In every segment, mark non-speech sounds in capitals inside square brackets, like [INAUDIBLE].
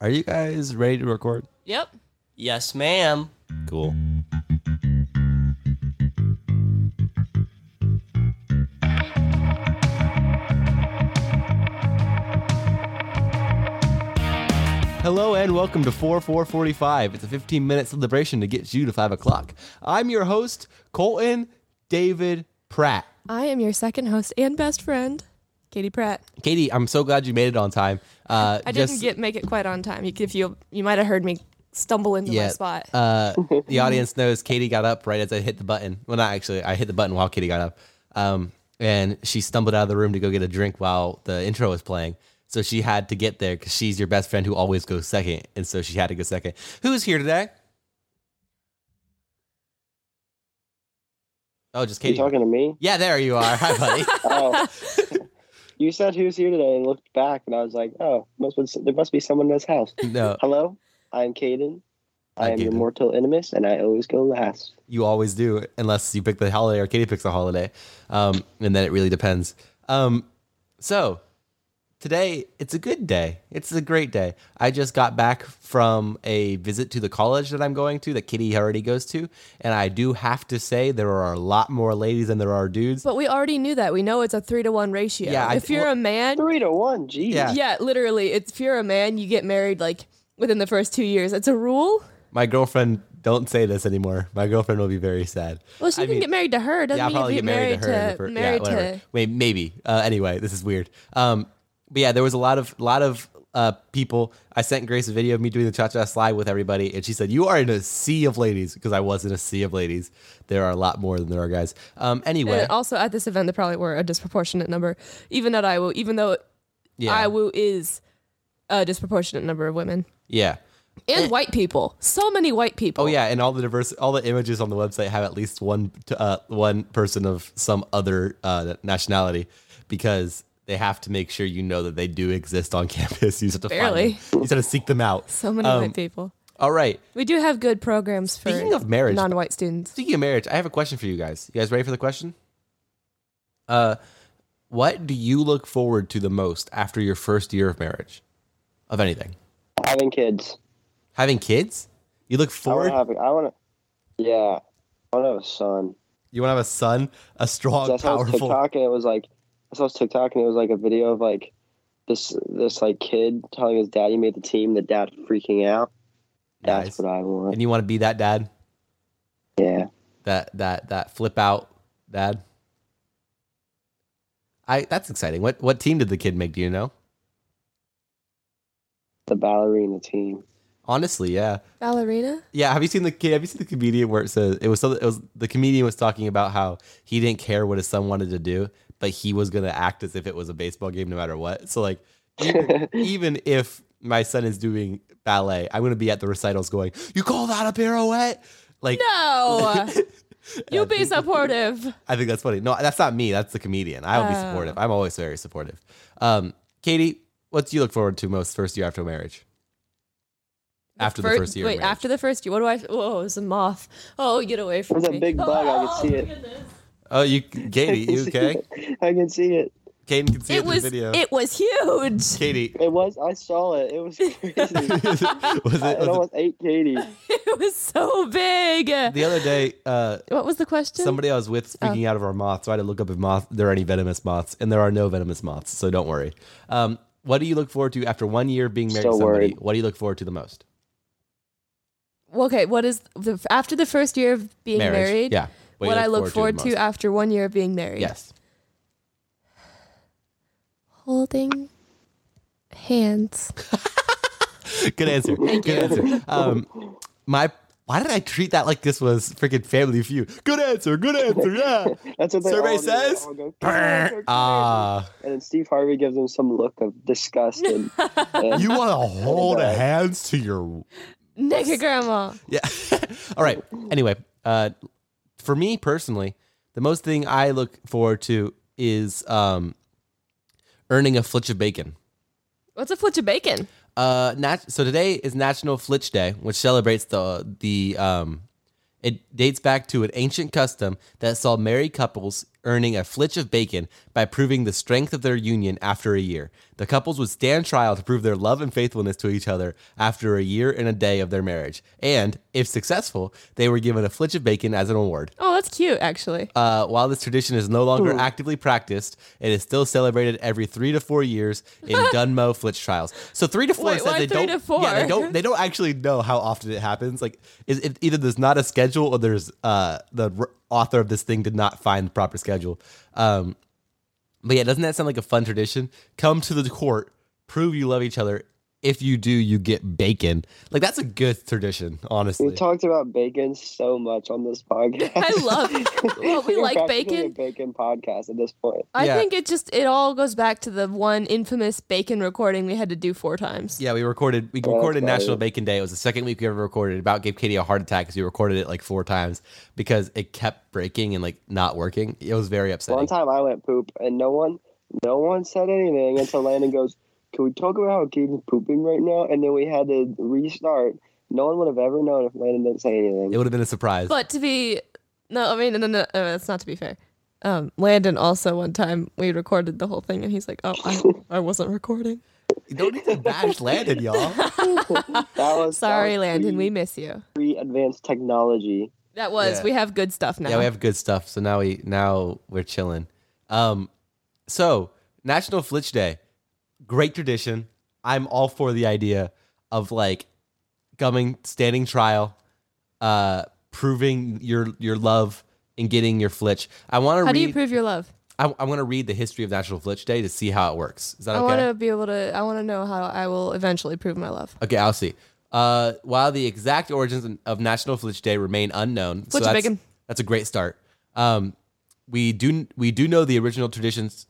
Are you guys ready to record? Yep. Yes, ma'am. Cool. Hello and welcome to 4445. It's a 15 minute celebration to get you to 5 o'clock. I'm your host, Colton David Pratt. I am your second host and best friend, Katie Pratt. Katie, I'm so glad you made it on time. Uh, I just- didn't get make it quite on time. You- If you you might have heard me stumble into my spot. [LAUGHS] Uh, the audience knows Katie got up right as I hit the button. Well, not actually, I hit the button while Katie got up. Um, and she stumbled out of the room to go get a drink while the intro was playing. So she had to get there because she's your best friend who always goes second. And so she had to go second. Who's here today? Oh, just You Katie. talking to me? Yeah, there you are. Hi, buddy. Oh. you said who's here today and looked back and I was like, oh, must be, there must be someone in this house. no, Hello, I'm Caden. I Hi, am your Caden. mortal enemies and I always go last. you always do, unless you pick the holiday or Katie picks the holiday. Um, and then it really depends. Um, so today, it's a good day. It's a great day. I just got back from a visit to the college that I'm going to, that Kitty already goes to. And I do have to say, there are a lot more ladies than there are dudes. but we already knew that. We know it's a three to one ratio. Yeah, I- if you're a man, Three to one, geez. Yeah. yeah, literally, it's, if you're a man, you get married like within the first two years. It's a rule. My girlfriend, don't say this anymore. My girlfriend will be very sad. Well, she I can mean- get married to her. Doesn't yeah, I'll mean you probably get get married to her. in the fir- married yeah, whatever. to. Wait, maybe. Uh, anyway, this is weird. Um, but yeah, there was a lot of lot of uh, people. I sent Grace a video of me doing the cha cha slide with everybody, and she said, "You are in a sea of ladies," because I was in a sea of ladies. There are a lot more than there are guys. Um, anyway, And uh, also at this event, there probably were a disproportionate number, even at Iwu, even though yeah, Iwu is a disproportionate number of women yeah. and white people. So many white people. Eh. Oh yeah, and all the diverse, all the images on the website have at least one t- uh, one person of some other uh, nationality, because they have to make sure you know that they do exist on [LAUGHS] campus. You just have to find Barely. them. You just have to seek them out. So many Um, white people. All right. We do have good programs for Speaking of marriage- non-white students. Speaking of marriage, I have a question for you guys. You guys ready for the question? Uh, what do you look forward to the most after your first year of marriage? Of anything? Having kids. Having kids? You look I forward. want to have, a- I want to, yeah, I want to have a son. you want to have a son, a strong, That's how Oh, powerful. [LAUGHS] TikTok and it was like, that's how TikTok and it was like a video of like this, this like kid telling his dad he made the team, the dad freaking out. Nice. That's what I want. And you want to be that dad, Yeah. that that that flip out dad. I that's exciting. What what team did the kid make? Do you know? The ballerina team. Honestly, yeah. Ballerina? Yeah, have you seen the kid? Have you seen the comedian where it says it was something? It was the comedian was talking about how he didn't care what his son wanted to do, but he was gonna act as if it was a baseball game no matter what. So like, even, even if my son is doing ballet, I'm gonna be at the recitals going, "You call that a pirouette?" Like, [LAUGHS] No. you I be think- supportive. I think that's funny. No, that's not me. That's the comedian. I'll Oh. be supportive. I'm always very supportive. Um, Katie, what do you look forward to most first year after marriage? After the first year, of Wait, marriage? after the first year. What do I Whoa, it's a moth. Oh, get away from There's a me. big bug, I could see Oh, it. goodness. oh, you, Katie, you [LAUGHS] okay? I can see it. Katie can see it It in the was video. it was huge. [LAUGHS] Katie, It was. I saw it. It was [LAUGHS] crazy. [LAUGHS] I- was [LAUGHS] it, was it it- almost ate Katie. It was so big. the other day? Uh, what was the question? somebody I was with speaking out of our moth, so I had to look up if moth there are any venomous moths, and there are no venomous moths, so don't worry. Um, What do you look forward to after one year being married Still to somebody? worried. What do you look forward to the most? Well, okay, what is the after the first year of being Marriage. married? Yeah. What, do you I look forward the to, most? after one year of being married? Yes. Holding hands. [LAUGHS] Good answer. Good answer. Um, my why did I treat that like this was freaking Family Feud? Good answer. Good answer. Yeah. [LAUGHS] That's what they Survey all do. They says? all go, "Good answer, good answer." [LAUGHS] Ah, and then Steve Harvey gives them some look of disgust and, and you want to hold hands to your [LAUGHS] Nigga grandma. Yeah. All right. Anyway, uh, for me personally, the most thing I look forward to is um, earning a flitch of bacon. What's a flitch of bacon? Uh, nat- so today is National Flitch Day, which celebrates the the um, it dates back to an ancient custom that saw married couples earning a flitch of bacon by proving the strength of their union after a year. The couples would stand trial to prove their love and faithfulness to each other after a year and a day of their marriage, and if successful, they were given a flitch of bacon as an award. Oh, that's cute, actually. Uh, while this tradition is no longer actively practiced, it is still celebrated every three to four years [LAUGHS] in Dunmo flitch trials. So three to four Wait, said why they don't. three to Yeah, they four? [LAUGHS] don't. They don't actually know how often it happens. Like, is it, either there's not a schedule or there's uh, the r- author of this thing did not find the proper schedule. Um, but yeah, doesn't that sound like a fun tradition? Come to the court, prove you love each other. If you do, you get bacon. Like that's a good tradition, honestly. we talked about bacon so much on this podcast. I love [LAUGHS] well, we We're like practically a bacon. bacon podcast at this point. I Yeah. think it just it all goes back to the one infamous bacon recording we had to do four times. Yeah, we recorded. We Oh, that's recorded about National it. Bacon Day. It was the second week we ever recorded. It about gave Katie a heart attack because we recorded it like four times because it kept breaking and like not working. It was very upsetting. One time I went poop and no one no one said anything until Landon goes, Can we talk about how Keaton's pooping right now? And then we had to restart. No one would have ever known if Landon didn't say anything. It would have been a surprise. But to be no, I mean no, no, no, uh, that's not to be fair. Um, Landon also one time we recorded the whole thing and he's like, "Oh, [LAUGHS] I, I wasn't recording." You don't need to bash Landon, [LAUGHS] y'all. that was Sorry, that was Landon, we pre- miss you. pre advanced technology. That was Yeah. we have good stuff now. Yeah, we have good stuff. So now we now we're chilling. Um, so National Flitch Day, great tradition. I'm all for the idea of like coming, standing trial, uh, proving your your love and getting your flitch. I want to How read. do you prove your love? I, I want to read the history of National Flitch Day to see how it works. Is that I okay? want to be able to. I want to know how I will eventually prove my love. Okay, I'll see. Uh, while the exact origins of National Flitch Day remain unknown, Flitch that's, bacon. that's a great start. Um, we do we do know the original traditions.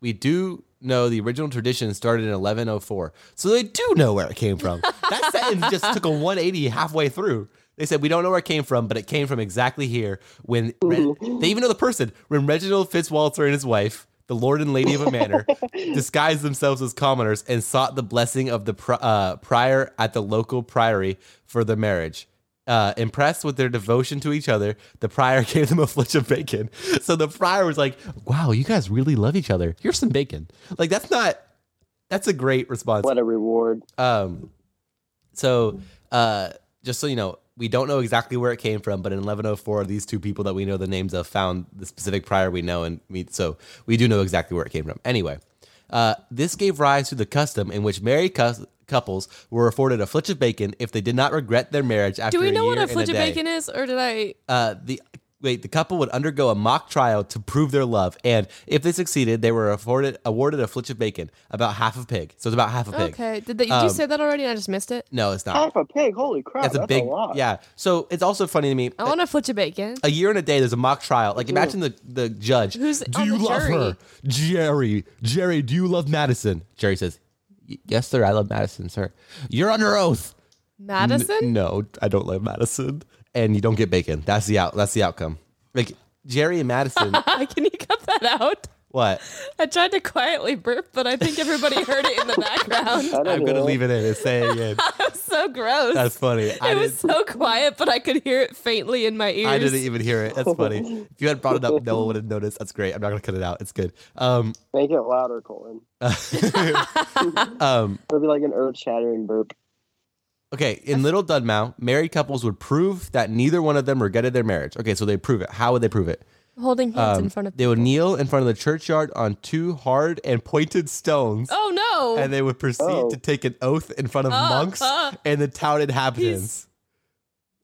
We do know the original tradition started in 1104, so they do know where it came from. that sentence just took a 180 halfway through. They said we don't know where it came from, but it came from exactly here. When Re- they even know the person, when Reginald Fitzwalter and his wife, the lord and lady of a manor, disguised themselves as commoners and sought the blessing of the pri- uh, prior at the local priory for their marriage. Uh, impressed with their devotion to each other, the prior [LAUGHS] gave them a flitch of bacon. So the prior was like, "Wow, you guys really love each other. Here's some bacon." Like that's not. That's a great response. What a reward. Um, so, uh, just so you know, we don't know exactly where it came from, but in 1104, these two people that we know the names of found the specific prior we know, and we so we do know exactly where it came from. Anyway, uh, this gave rise to the custom in which married cous- couples were afforded a flitch of bacon if they did not regret their marriage after. Do we know a what year a flitch and of a day. bacon is, or did I? Uh, the wait, the couple would undergo a mock trial to prove their love, and if they succeeded, they were afforded awarded a flitch of bacon, about half of pig. So it's about half a pig. Okay, did, that, did Um, you say that already? and I just missed it. No, it's not. Half a pig, holy crap, that's that's, a big lot. yeah so it's also funny to me I want a flitch of bacon. a year and a day there's a mock trial Mm-hmm. like imagine the, the judge Who's on the jury?" jerry jerry do you love madison jerry says "Y- yes sir i love madison sir you're under oath "N- Madison. no i don't love madison and you don't get bacon that's the out that's the outcome like jerry and [LAUGHS] madison Can you cut that out? what I tried to quietly burp, but I think everybody heard it in the background. [LAUGHS] I don't i'm gonna know. leave it in and say it again so gross. that's funny I [LAUGHS] it was didn't- so quiet, but I could hear it faintly in my ears. I didn't even hear it. That's [LAUGHS] funny. If you had brought it up, no one would have noticed. That's great. I'm not gonna cut it out. It's good. Um, Make it louder, Colin. [LAUGHS] um, [LAUGHS] It'll be like an earth shattering burp. Okay, in Little Dunmow, married couples would prove that neither one of them regretted their marriage. Okay, so they prove it. How would they prove it? Holding hands Um, in front of they would people. kneel in front of the churchyard on two hard and pointed stones. Oh no! And they would proceed Oh. to take an oath in front of Ah, monks ah. and the town inhabitants.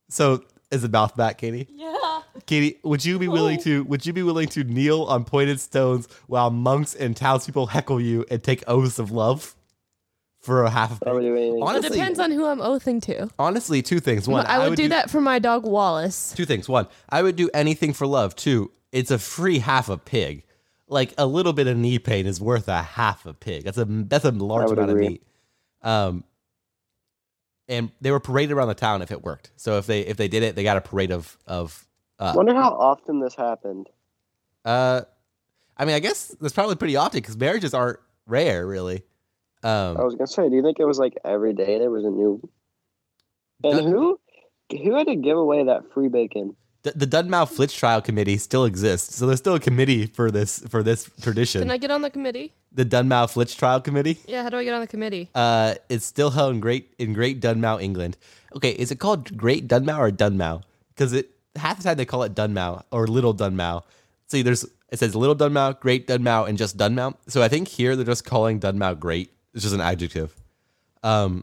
So is the mouth back, Katie? yeah. Oh. Katie, would you be willing to would you be willing to kneel on pointed stones while monks and townspeople heckle you and take oaths of love for a half a I would penny? do anything. Honestly, It depends on who I'm oathing to. honestly, two things. One, I, would do, that for my dog Wallace. Two things. One, I would do anything for love. Two, it's a free half a pig. Like a little bit of knee pain is worth a half a pig. That's a that's a I large would amount agree. of meat. Um, and they were paraded around the town if it worked. So if they if they did it, they got a parade of of. Uh, Wonder how often this happened. uh, I mean, I guess that's probably pretty often because marriages aren't rare, really. Um, I was gonna say, do you think it was like every day there was a new? And Dun- who, who had to give away that free bacon? the, the Dunmouth Flitch trial committee still exists, so there's still a committee for this for this tradition. Can I get on the committee? the Dunmouth Flitch trial committee. Yeah. How do I get on the committee? Uh, it's still held in Great in Great Dunmow, England. Okay, is it called Great Dunmow or Dunmow? Because it half the time they call it Dunmow or Little Dunmow. See, there's it says Little Dunmow, Great Dunmow, and just Dunmow. So I think here they're just calling Dunmow great. It's just an adjective. Um,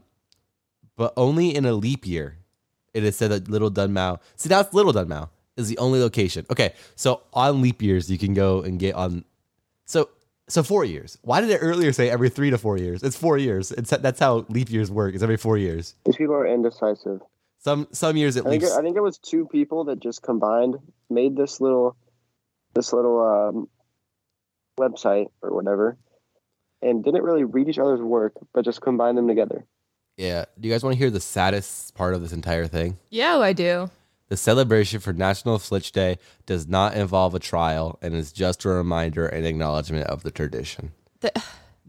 but only in a leap year, it is said that Little Dunmow. See, now it's Little Dunmow is the only location. Okay, so on leap years you can go and get on so so four years. Why did it earlier say every three to four years? It's four years. It's that's how leap years work. It's every four years. These people are indecisive. Some some years it I think leaps. it, I think it was two people that just combined made this little, this little um, website or whatever, and didn't really read each other's work, but just combined them together. Yeah. Do you guys want to hear the saddest part of this entire thing? Yeah, I do. The celebration for National Flitch Day does not involve a trial and is just a reminder and acknowledgement of the tradition. The-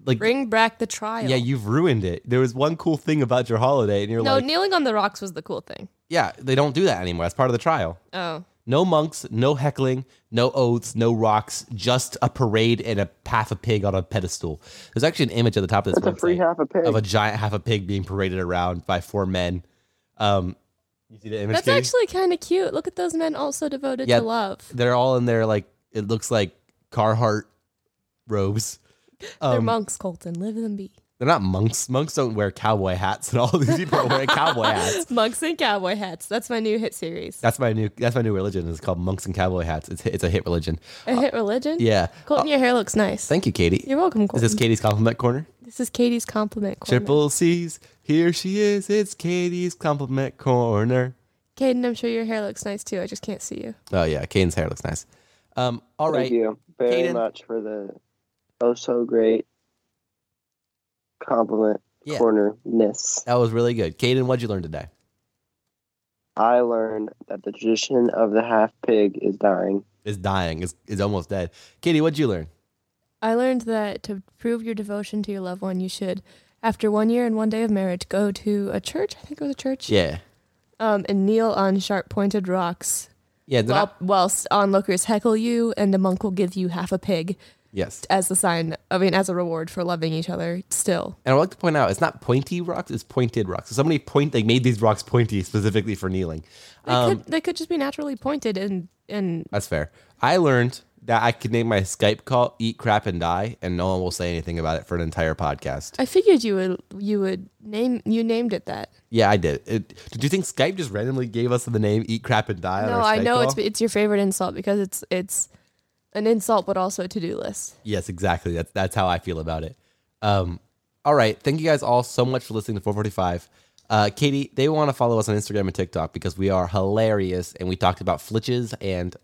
like Bring back the trial. yeah, you've ruined it. There was one cool thing about your holiday, and you're no, like, kneeling on the rocks was the cool thing. yeah, they don't do that anymore. That's part of the trial. Oh, No monks, no heckling, no oaths, no rocks, just a parade and a half a pig on a pedestal. There's actually an image at the top of this That's a free website half a pig. of a giant half a pig being paraded around by four men. Um, you see the image? that's Katie? actually kind of cute. Look at those men, also devoted Yeah. to love. They're all in their like it looks like Carhartt robes. They're Um, monks, Colton. Live them be. they're not monks. Monks don't wear cowboy hats, and all these people are wearing [LAUGHS] cowboy hats. monks and cowboy hats. That's my new hit series. That's my new. That's my new religion. It's called monks and cowboy hats. It's it's a hit religion. A hit religion. Yeah. Colton, your hair looks nice. Thank you, Katie. You're welcome, Is Colton. this Katie's compliment corner? This is Katie's compliment. Corner. Triple C's. Here she is. It's Katie's compliment corner. Caden, I'm sure your hair looks nice too. I just can't see you. Oh yeah, Kaden's hair looks nice. Um, all right. Thank you very Caden. much for the oh so great compliment Yeah. corner miss. That was really good. Kaden, what'd you learn today? I learned that the tradition of the half pig is dying. Is dying. Is is almost dead. Katie, what'd you learn? I learned that to prove your devotion to your loved one, you should, after one year and one day of marriage, go to a church. I think it was a church. Yeah. Um, and kneel on sharp pointed rocks Yeah. they're while, not- whilst onlookers heckle you, and a monk will give you half a pig yes. as a sign. I mean, as a reward for loving each other. Still, And I like to point out, it's not pointy rocks. It's pointed rocks. So somebody point. They made these rocks pointy specifically for kneeling. they, Um, could, they could just be naturally pointed and and That's fair. I learned that I could name my Skype call "Eat Crap and Die," and no one will say anything about it for an entire podcast. I figured you would you would name you named it that. Yeah, I did. It, did you think Skype just randomly gave us the name "Eat Crap and Die"? on No, our I Skype know call? it's it's your favorite insult because it's it's an insult, but also a to do list. Yes, exactly. That's that's how I feel about it. Um, all right. Thank you guys all so much for listening to 445. Uh, Katie, they want to follow us on Instagram and TikTok because we are hilarious and we talked about flitches and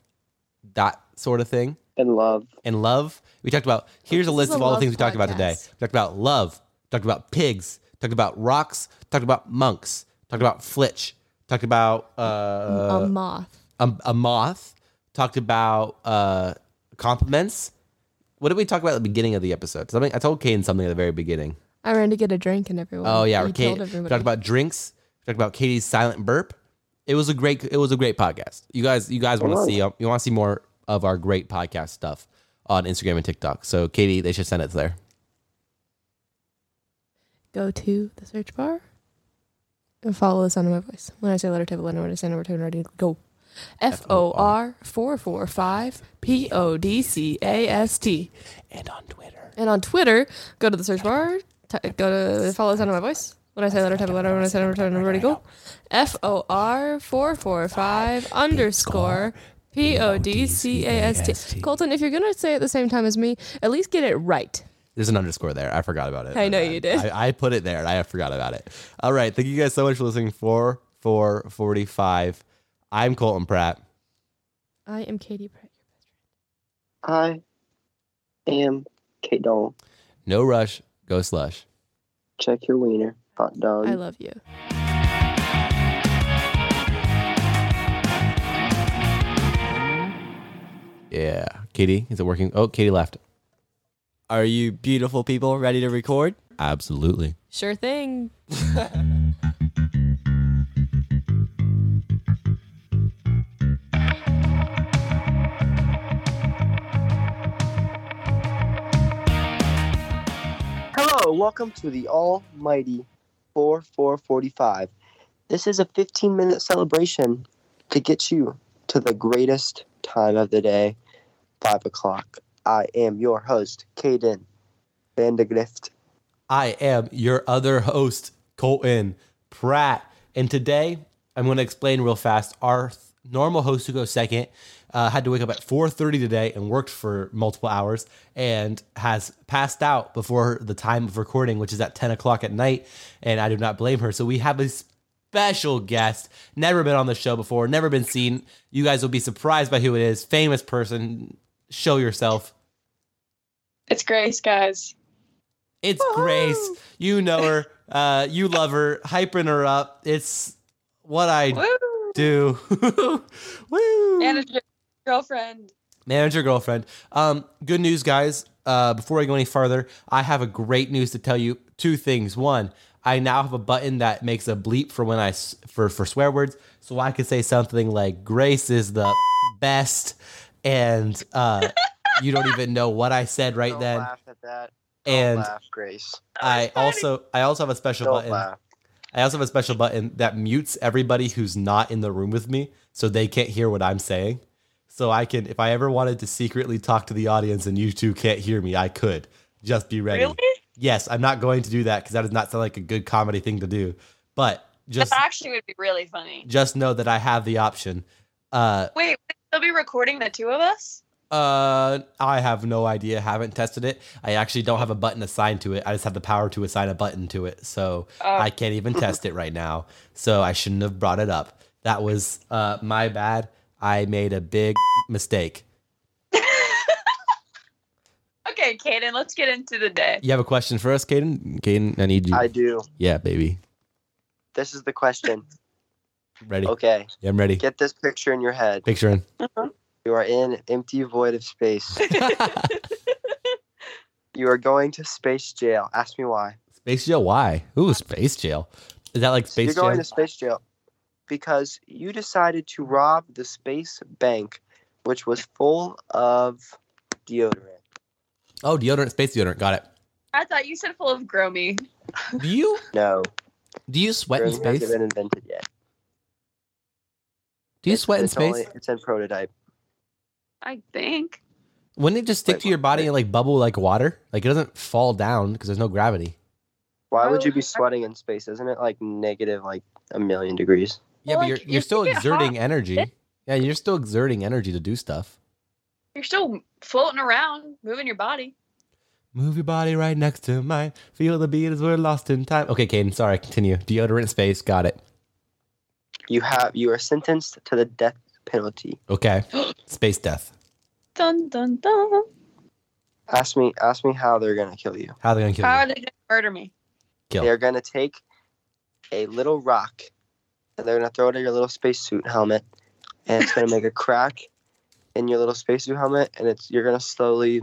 that sort of thing And love. and love. We talked about here's a This list is a of all the love things we talked about today. podcast. We talked about love, talked about pigs, talked about rocks, talked about monks, talked about flitch, talked about uh, a moth. a, a moth. Talked about uh, compliments. What did we talk about at the beginning of the episode? Something I told Kane something at the very beginning. I ran to get a drink and everyone. Oh yeah, you Kane, told we everybody. talked about drinks. we Talked about Katie's silent burp. It was a great. It was a great podcast. You guys, you guys want to was. see you want to see more of our great podcast stuff on Instagram and TikTok. So Katie, they should send it there. Go to the search bar and follow the sound of my voice. When I say letter table, when I say number two, already go. F O R 445 P O D C A S T. and on Twitter. And on Twitter, go to the search bar, t- go to follow the sound of my voice. When I say letter, type a letter. When I say number, type a number. Ready, go. F O R 445 underscore P O D C A S T. Colton, if you're going to say it at the same time as me, at least get it right. There's an underscore there. I forgot about it. I know My bad. you did. I, I put it there and I forgot about it. All right. Thank you guys so much for listening. Four, four, 45. I'm Colton Pratt. I am Katie Pratt. I am Kate Doll. No rush. Go slush. Check your wiener, hot dog. I love you. Yeah. Katie, is it working? Oh, Katie left. Are you beautiful people ready to record? Absolutely. Sure thing. Hello, welcome to the Almighty 4445. This is a 15 minute celebration to get you to the greatest time of the day, 5 o'clock. I am your host, Kaden Vandegrift. I am your other host, Colton Pratt. And today I'm going to explain real fast. Our th- normal host who goes second uh, had to wake up at 4.30 today and worked for multiple hours and has passed out before the time of recording, which is at 10 o'clock at night. And I do not blame her. So we have a special guest, never been on the show before, never been seen. You guys will be surprised by who it is. Famous person. Show yourself. It's Grace, guys. It's Grace. You know her. Uh, you love her. Hyping her up. It's what I Woo! do. [LAUGHS] Woo! Manager, girlfriend. Manager girlfriend. Um, good news, guys. Uh, before I go any farther, I have a great news to tell you. Two things. One, I now have a button that makes a bleep for when I s- for for swear words, so I could say something like "Grace is the best," and uh, you don't even know what I said right then. laugh at that. And Grace. I also I also have a special button. I also have a special button that mutes everybody who's not in the room with me so they can't hear what I'm saying. So I can, if I ever wanted to secretly talk to the audience and you two can't hear me, I could. Just be ready. Really? Yes, I'm not going to do that because that does not sound like a good comedy thing to do. But just that actually would be really funny. just know that I have the option. Uh, Wait, they'll be recording the two of us? uh, I have no idea. Haven't tested it. I actually don't have a button assigned to it. I just have the power to assign a button to it. So Oh. I can't even test it right now. So I shouldn't have brought it up. That was uh, my bad. I made a big mistake. [LAUGHS] okay, Kaden, let's get into [LAUGHS] the day. You have a question for us, Caden? Caden, I need you. I do. yeah, baby. This is [LAUGHS] the question. Ready? Okay, Yeah, I'm ready. get this picture in your head. Picture in. You are in an empty void [LAUGHS] of space. You are going to space jail. Ask me why. space jail. Why? Ooh, space jail. Is that like space You're going jail? to space jail because you decided to rob the space bank, which was full of deodorant. oh, deodorant. Space deodorant. Got it. I thought you said full of gromy. Do you No, do you sweat in deodorant space? hasn't been invented yet. Do you It's- sweat in it's space? only- it's in prototype. I think. Wouldn't it just stick Wait, to your what? body and like bubble like water? Like it doesn't fall down because there's no gravity. Why would you be Oh. sweating in space? Isn't it like negative, like a million degrees? Yeah, Well, but you're, like, you're if still you get exerting hot- energy. Yeah, you're still exerting energy to do stuff. You're still floating around, moving your body. Move your body right next to mine. Feel the beat as we're lost in time. Okay, Caden, sorry, continue. Deodorant space, got it. You have you are sentenced to the death penalty. [GASPS] Okay. space death. Dun dun dun. Ask me, ask me how they're gonna kill you. How are they gonna kill How you? are they gonna murder me? Kill. They're gonna take a little rock and they're gonna throw it at your little spacesuit helmet, and it's gonna make [LAUGHS] a crack in your little spacesuit helmet, and it's you're gonna slowly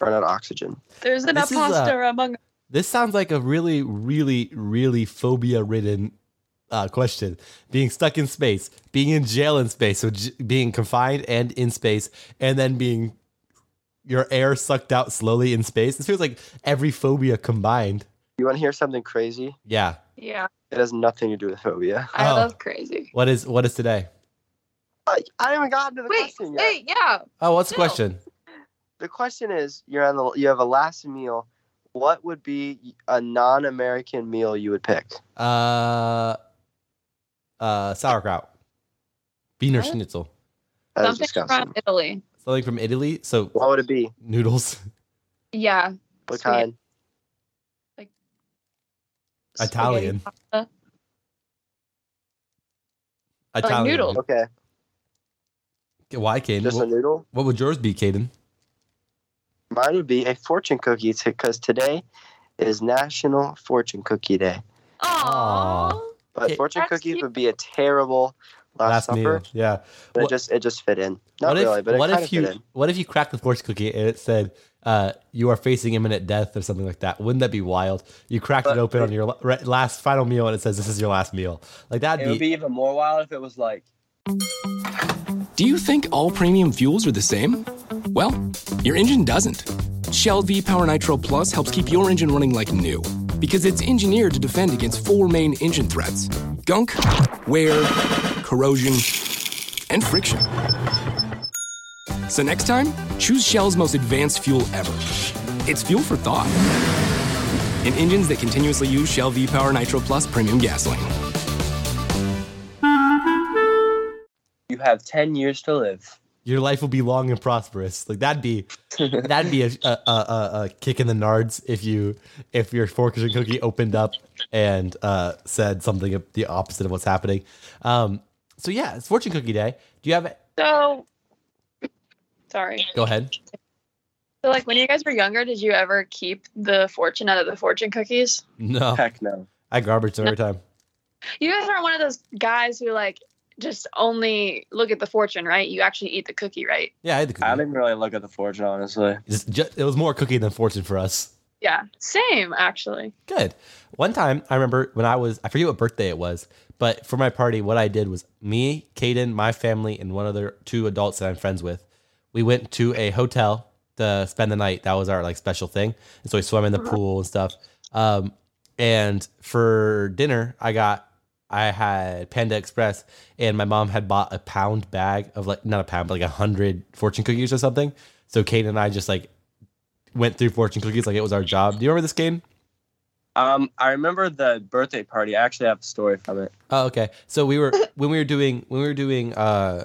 run out of oxygen. There's an This is, uh, imposter among us. This sounds like a really, really, really phobia ridden uh, question. Being stuck in space, being in jail in space, so j- being confined and in space, and then being your air sucked out slowly in space. This feels like every phobia combined. You want to hear something crazy? Yeah. Yeah, It has nothing to do with phobia. I Oh. love crazy. What is what is today? I I haven't gotten to the Wait, question yet. hey, yeah. Oh, what's the No. question? The question is, you're on the you have a last meal. What would be a non-American meal you would pick? Uh, uh, sauerkraut, Wiener What? Schnitzel, That is Something from disgusting. Italy. something from Italy. So What would it be? noodles, [LAUGHS] Yeah. What Sweet. kind? Spaghetti Italian. pasta. Italian. noodles. Okay, Why, Caden? just a What, noodle. what would yours be, Caden? Mine would be a fortune cookie because today is National Fortune Cookie Day. Aww. But Okay. fortune That's cookies cute. would be a terrible last, Uh, supper. meal. Yeah. But What- it just it just fit in. Not really, but it what kind if of you fit in. what if you cracked the fortune cookie and it said uh, you are facing imminent death or something like that? Wouldn't that be wild? You cracked But- it open on your la- re- last final meal and it says this is your last meal. Like that'd It would be, be even more wild if it was like Do you think all premium fuels are the same? Well, your engine doesn't. Shell V Power Nitro Plus helps keep your engine running like new because it's engineered to defend against four main engine threats gunk, wear, corrosion, and friction. So next time, choose Shell's most advanced fuel ever. It's fuel for thought. In engines that continuously use Shell V Power Nitro Plus premium gasoline. you have ten years to live. your life will be long and prosperous. Like that'd be that'd be a, a, a, a, a kick in the nards if you if your fortune cookie opened up and uh, said something of the opposite of what's happening. Um, so yeah, it's fortune cookie day. Do you have? So, sorry. Go ahead. So, like, when you guys were younger, did you ever keep the fortune out of the fortune cookies? No, Heck no. I garbage them every time. You guys aren't one of those guys who like just only look at the fortune, right? You actually eat the cookie, right? Yeah, I had the cookie. I don't even really look at the fortune, honestly. It's ju- it was more cookie than fortune for us. Yeah. Same, actually. Good. One time, I remember when I was, I forget what birthday it was, but for my party, what I did was me, Caden, my family, and one other two adults that I'm friends with, we went to a hotel to spend the night. That was our like special thing. And so we swam in the pool and stuff. Um, and for dinner, I got, I had Panda Express, and my mom had bought a pound bag of like, not a pound, but like a hundred fortune cookies or something. So Caden and I just like went through fortune cookies like it was our job. Do you remember this, Caden? Um, I remember the birthday party. I actually have a story from it. Oh, okay. So we were when we were doing when we were doing uh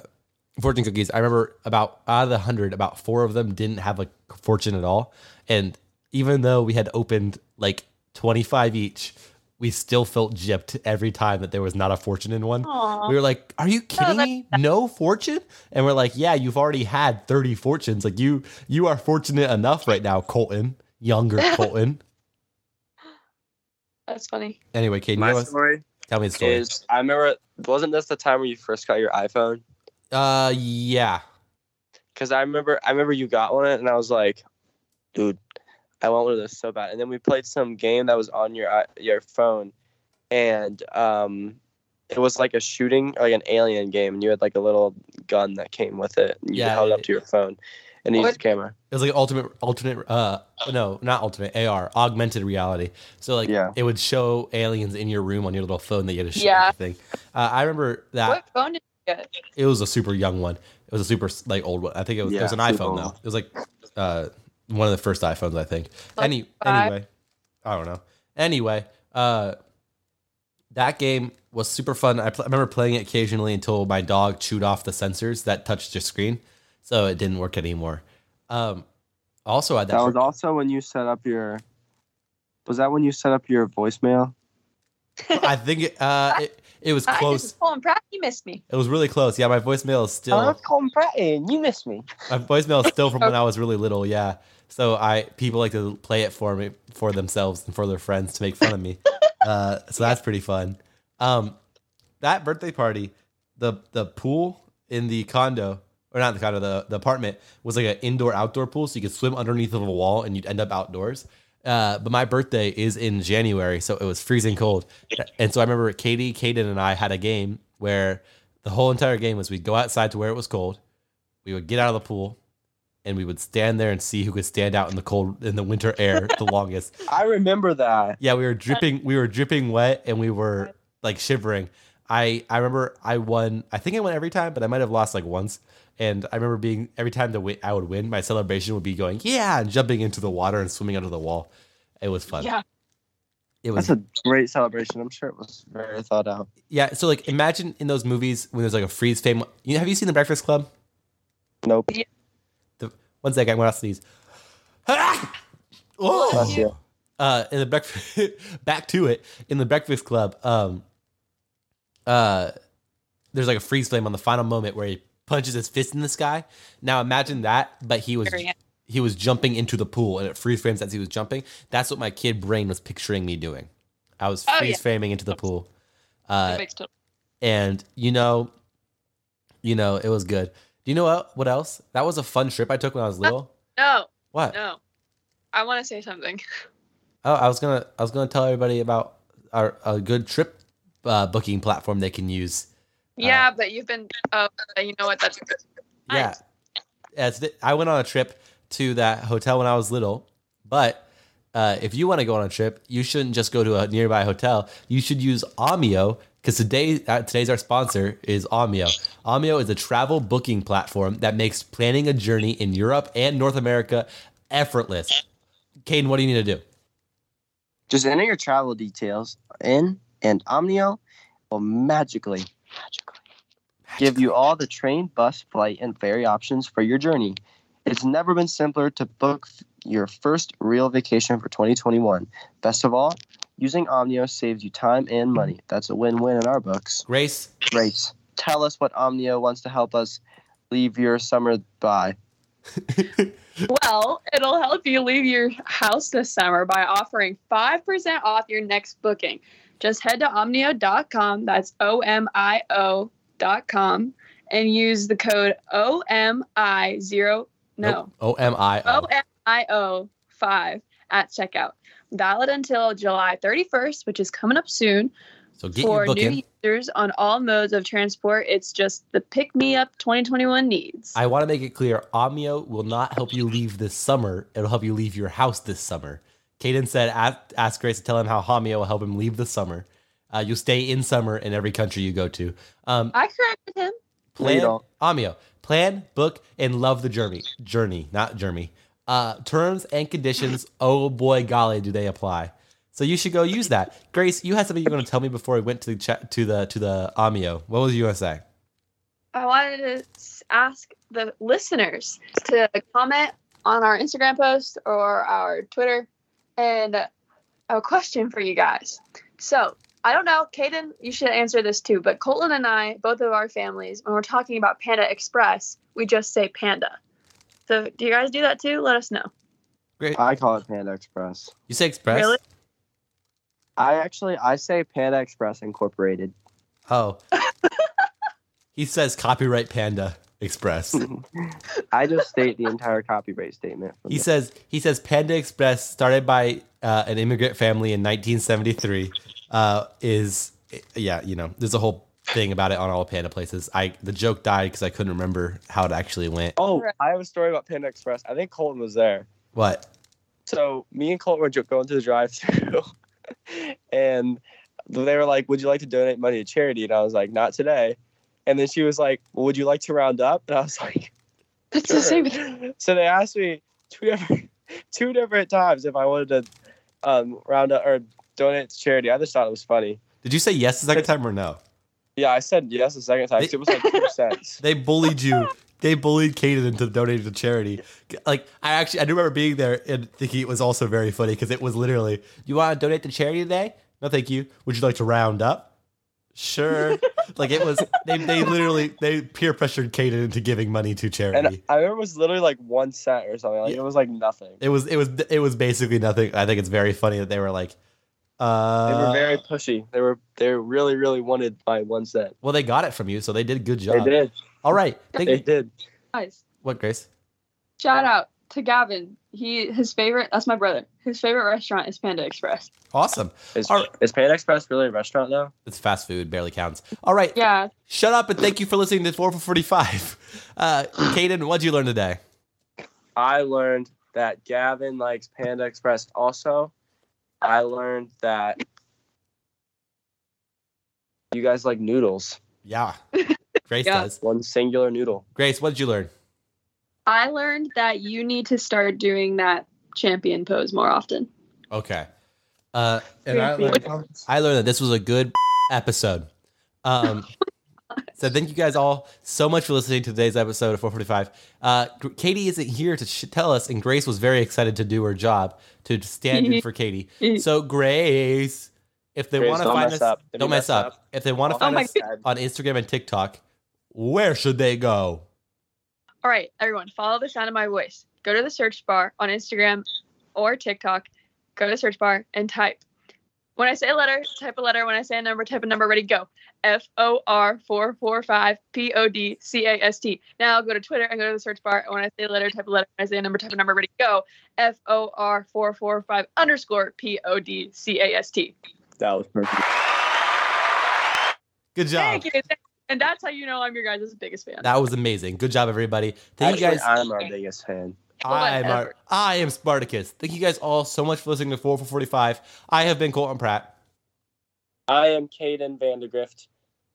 fortune cookies. I remember about out of the hundred, about four of them didn't have a fortune at all. And even though we had opened like twenty five each, we still felt gypped every time that there was not a fortune in one. Aww. We were like, "Are you kidding that's- me? No fortune?" And we're like, "Yeah, you've already had thirty fortunes. Like you, you are fortunate enough right now, Colton, younger Colton." That's funny. Anyway, Kate, you My know what? story tell me the story. is I remember wasn't this the time where you first got your iPhone? uh, yeah. Because I remember I remember you got one and I was like, dude, I want one of those so bad. And then we played some game that was on your i- your phone, and um, it was like a shooting like an alien game, and you had like a little gun that came with it, and you Yeah, held it it- up to your phone, and you used What? the camera. It was like ultimate, alternate, uh, no, not ultimate AR, augmented reality. So like, Yeah. it would show aliens in your room on your little phone that you had to shoot Yeah. thing. Uh, I remember that What phone did you get? it was a super young one. It was a super like old one. I think it was it Yeah, was an super iPhone though. old. It was like uh, one of the first iPhones I think. Like Any five? anyway, I don't know. Anyway, uh, that game was super fun. I, pl- I remember playing it occasionally until my dog chewed off the sensors that touched your screen, so it didn't work anymore. Um, also, I had that, That for- was also when you set up your. Was that when you set up your voicemail? [LAUGHS] I think it, uh, it, it was I close. just Colin Pratt. You missed me. It was really close. Yeah, my voicemail is still. Colin Pratt, and you missed me. My voicemail is still from when I was really little, yeah. So I people like to play it for me for themselves and for their friends to make fun of me. Uh, so that's pretty fun. Um, that birthday party, the the pool in the condo or not the condo, the, the apartment was like an indoor outdoor pool, so you could swim underneath of a wall and you'd end up outdoors. Uh, but my birthday is in January, so it was freezing cold. And so I remember Katie, Kaden, and I had a game where the whole entire game was we'd go outside to where it was cold, we would get out of the pool and we would stand there and see who could stand out in the cold in the winter air [LAUGHS] the longest I remember that. yeah we were dripping we were dripping wet and we were like shivering I I remember I won. I think I won every time, but I might have lost like once. And I remember being every time the win, I would win, my celebration would be going yeah and jumping into the water and swimming under the wall. It was fun. Yeah. It was That's a great celebration. I'm sure it was very thought out. yeah. So like imagine in those movies when there's like a freeze frame. You have you seen The Breakfast Club? Nope. The one second, I'm gonna sneeze. [LAUGHS] Ah! Oh! Bless you. uh, in the breakfast [LAUGHS] back to it in the breakfast club um uh there's like a freeze frame on the final moment where he punches his fist in the sky now imagine that but he was Very nice. he was jumping into the pool and it freeze frames as he was jumping that's what my kid brain was picturing me doing i was Oh, yeah. freeze framing into the pool uh That makes total- and you know you know it was good do you know what what else that was a fun trip i took when i was little no, what no. I want to say something. Oh, I was gonna I was gonna tell everybody about our a good trip uh, booking platform they can use. Yeah, but you've been. Oh, you know what? That's Yeah, as th- I went on a trip to that hotel when I was little, but uh, if you want to go on a trip, you shouldn't just go to a nearby hotel. You should use Omio because today uh, today's our sponsor is Omio. Omio is a travel booking platform that makes planning a journey in Europe and North America effortless. Caden, what do you need to do? Just enter your travel details in, and Omnio will magically, magically give you all the train, bus, flight, and ferry options for your journey. It's never been simpler to book your first real vacation for 2021. Best of all, using Omnio saves you time and money. That's a win-win in our books. Grace, Grace, tell us what Omnio wants to help us leave your summer by. Well, it'll help you leave your house this summer by offering 5% off your next booking. Just head to omnio.com, that's O M I O.com, and use the code OMI0, no, Oh, O M I O. OMIO5 at checkout. Valid until July 31st, which is coming up soon. So get your For book in. new users on all modes of transport, it's just the pick me up 2021 needs. I want to make it clear Omio will not help you leave this summer. It'll help you leave your house this summer. Caden said, ask, ask Grace to tell him how Omio will help him leave this summer. Uh, you'll stay in summer in every country you go to. Um, I corrected him. No, you plan, don't. Omio, plan, book, and love the journey. Journey, not journey. Uh, terms and conditions, oh boy, golly, do they apply. So you should go use that. Grace, you had something you were going to tell me before we went to the, cha- to the, to the Omio. What was you going to say? I wanted to s- ask the listeners to comment on our Instagram post or our Twitter and I have a question for you guys. So, I don't know, Kaden, you should answer this too, but Colton and I, both of our families, when we're talking about Panda Express, we just say Panda. So, do you guys do that too? Let us know. Great. I call it Panda Express. You say express? Really? I actually I say Panda Express Incorporated. Oh. [LAUGHS] he says copyright Panda Express. I just state the entire copyright statement. [LAUGHS] from He the- says he says Panda Express started by uh, an immigrant family in 1973 uh, is yeah, you know, there's a whole thing about it on all Panda places. I the joke died cuz I couldn't remember how it actually went. "Oh, I have a story about Panda Express. I think Colton was there. What? So me and Colton were ju- going to the drive-through, [LAUGHS] and they were like, "Would you like to donate money to charity?" And I was like, "Not today." And then she was like, well, "Would you like to round up?" And I was [LAUGHS] like, That's "Sure." the same thing. So they asked me two different [LAUGHS] two different times if I wanted to um, round up or donate to charity. I just thought it was funny. Did you say yes the second time or no? Yeah, I said yes the second time. 'cause It [LAUGHS] was like two cents. They bullied [LAUGHS] you. They bullied Kaden into donating to charity. Like I actually, I do remember being there and thinking it was also very funny because it was literally, "You want to donate to charity today? No, thank you. Would you like to round up? [LAUGHS] Sure." like it was, they, they literally they peer pressured Kaden into giving money to charity. And I remember it was literally like one cent or something. Like it was like nothing. it was it was it was basically nothing. I think it's very funny that they were like, They were uh, very pushy. They were they really really wanted my one cent. well, they got it from you, so they did a good They job. did. All right, thank They you. did. Guys, What Grace? shout out to Gavin. He his favorite, that's my brother. His favorite restaurant is Panda Express. Awesome. Is, All right. is Pan Express really a restaurant now? It's fast food, barely counts. All right, Yeah, Shut up and thank you for listening to 4 for 45. Uh, Caden, what'd you learn today? I learned that Gavin likes Panda Express. Also, I learned that You guys like noodles. [LAUGHS] Yeah. Grace Yeah. does. One singular noodle. Grace, what did you learn? I learned that you need to start doing that champion pose more often. Okay. Uh, and I Champion learned, I learned that this was a good [LAUGHS] episode. [LAUGHS] Um, so thank you guys all so much for listening to today's episode of 445. Uh, Gr- Katie isn't here to sh- tell us, and Grace was very excited to do her job to stand [LAUGHS] in for Katie. Mm. So Grace, if they Grace, want to don't find us, mess up. If you don't mess mess up. up- If they want to Oh find my us goodness. on Instagram and TikTok, where should they go? All right, everyone, follow the sound of my voice. Go to the search bar on Instagram or TikTok. Go to the search bar and type. When I say a letter, type a letter. When I say a number, type a number. Ready, go. F O R 445 P O D C A S T. Now go to Twitter and go to the search bar. When I say a letter, type a letter. When I say a number, type a number. Ready, go. F O R 445 underscore P O D C A S T. That was perfect. Good job. Thank you. And that's how you know I'm your guys' biggest fan. That was amazing. Good job, everybody. Thank Actually, you guys. I'm our biggest fan. I'm Whatever. Ar- I am Spartacus. Thank you guys all so much for listening to 4 for 45. I have been Colton Pratt. I am Caden Vandergrift.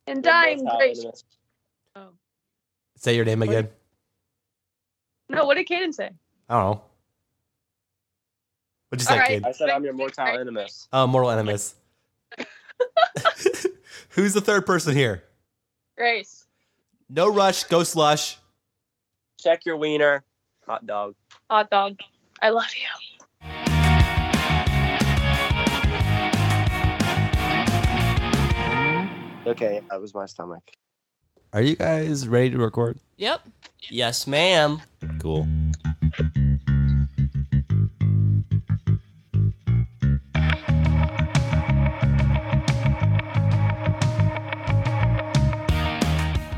and dying grace. Oh. Say your name again. No, what did Caden say? I don't know. What'd you All say, right. kid? I said I'm your mortal enemies. Uh, mortal [LAUGHS] enemies. [LAUGHS] Who's the third person here? Grace. No rush. Go slush. Check your wiener. Hot dog. hot dog. I love you. Okay, that was my stomach. Are you guys ready to record? Yep. Yes, ma'am. Cool.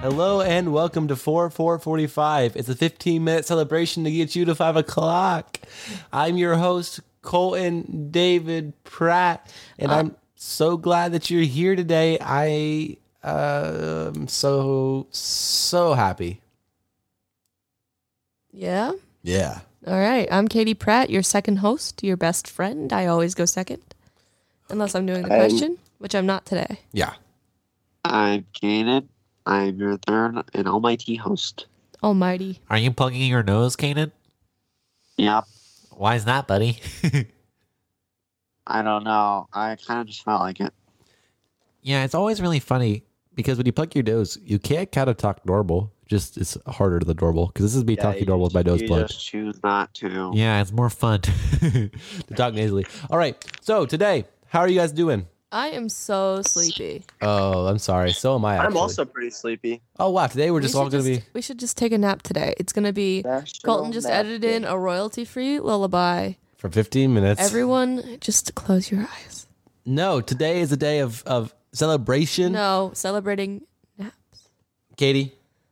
Hello and welcome to 4445. It's a 15 minute celebration to get you to 5 o'clock. I'm your host, Colton David Pratt, and I'm so glad that you're here today. I uh, am so, so happy. Yeah. Yeah. All right. I'm Katie Pratt, your second host, your best friend. I always go second, unless I'm doing the Um, question, which I'm not today. Yeah. I'm Caden. I'm your third and almighty host. Almighty. Are you plugging your nose, Kanan? Yep. Why is that, buddy? [LAUGHS] I don't know. I kind of just felt like it. yeah, it's always really funny because when you plug your nose, you can't kind of talk normal. Just it's harder to the normal because this is me Yeah, talking you- normal with my nose you plugged. just choose not to. Yeah, it's more fun. [LAUGHS] to talk nasally. All right. So today, how are you guys doing? I am so sleepy. Oh, I'm sorry. So am I. I'm actually. also pretty sleepy. Oh wow, today we're We just should all gonna be. We should just take a nap today. It's gonna be Colton just edited in a royalty-free lullaby. for 15 minutes. Everyone, just close your eyes. no, today is a day of of celebration. No, celebrating nap. Katie,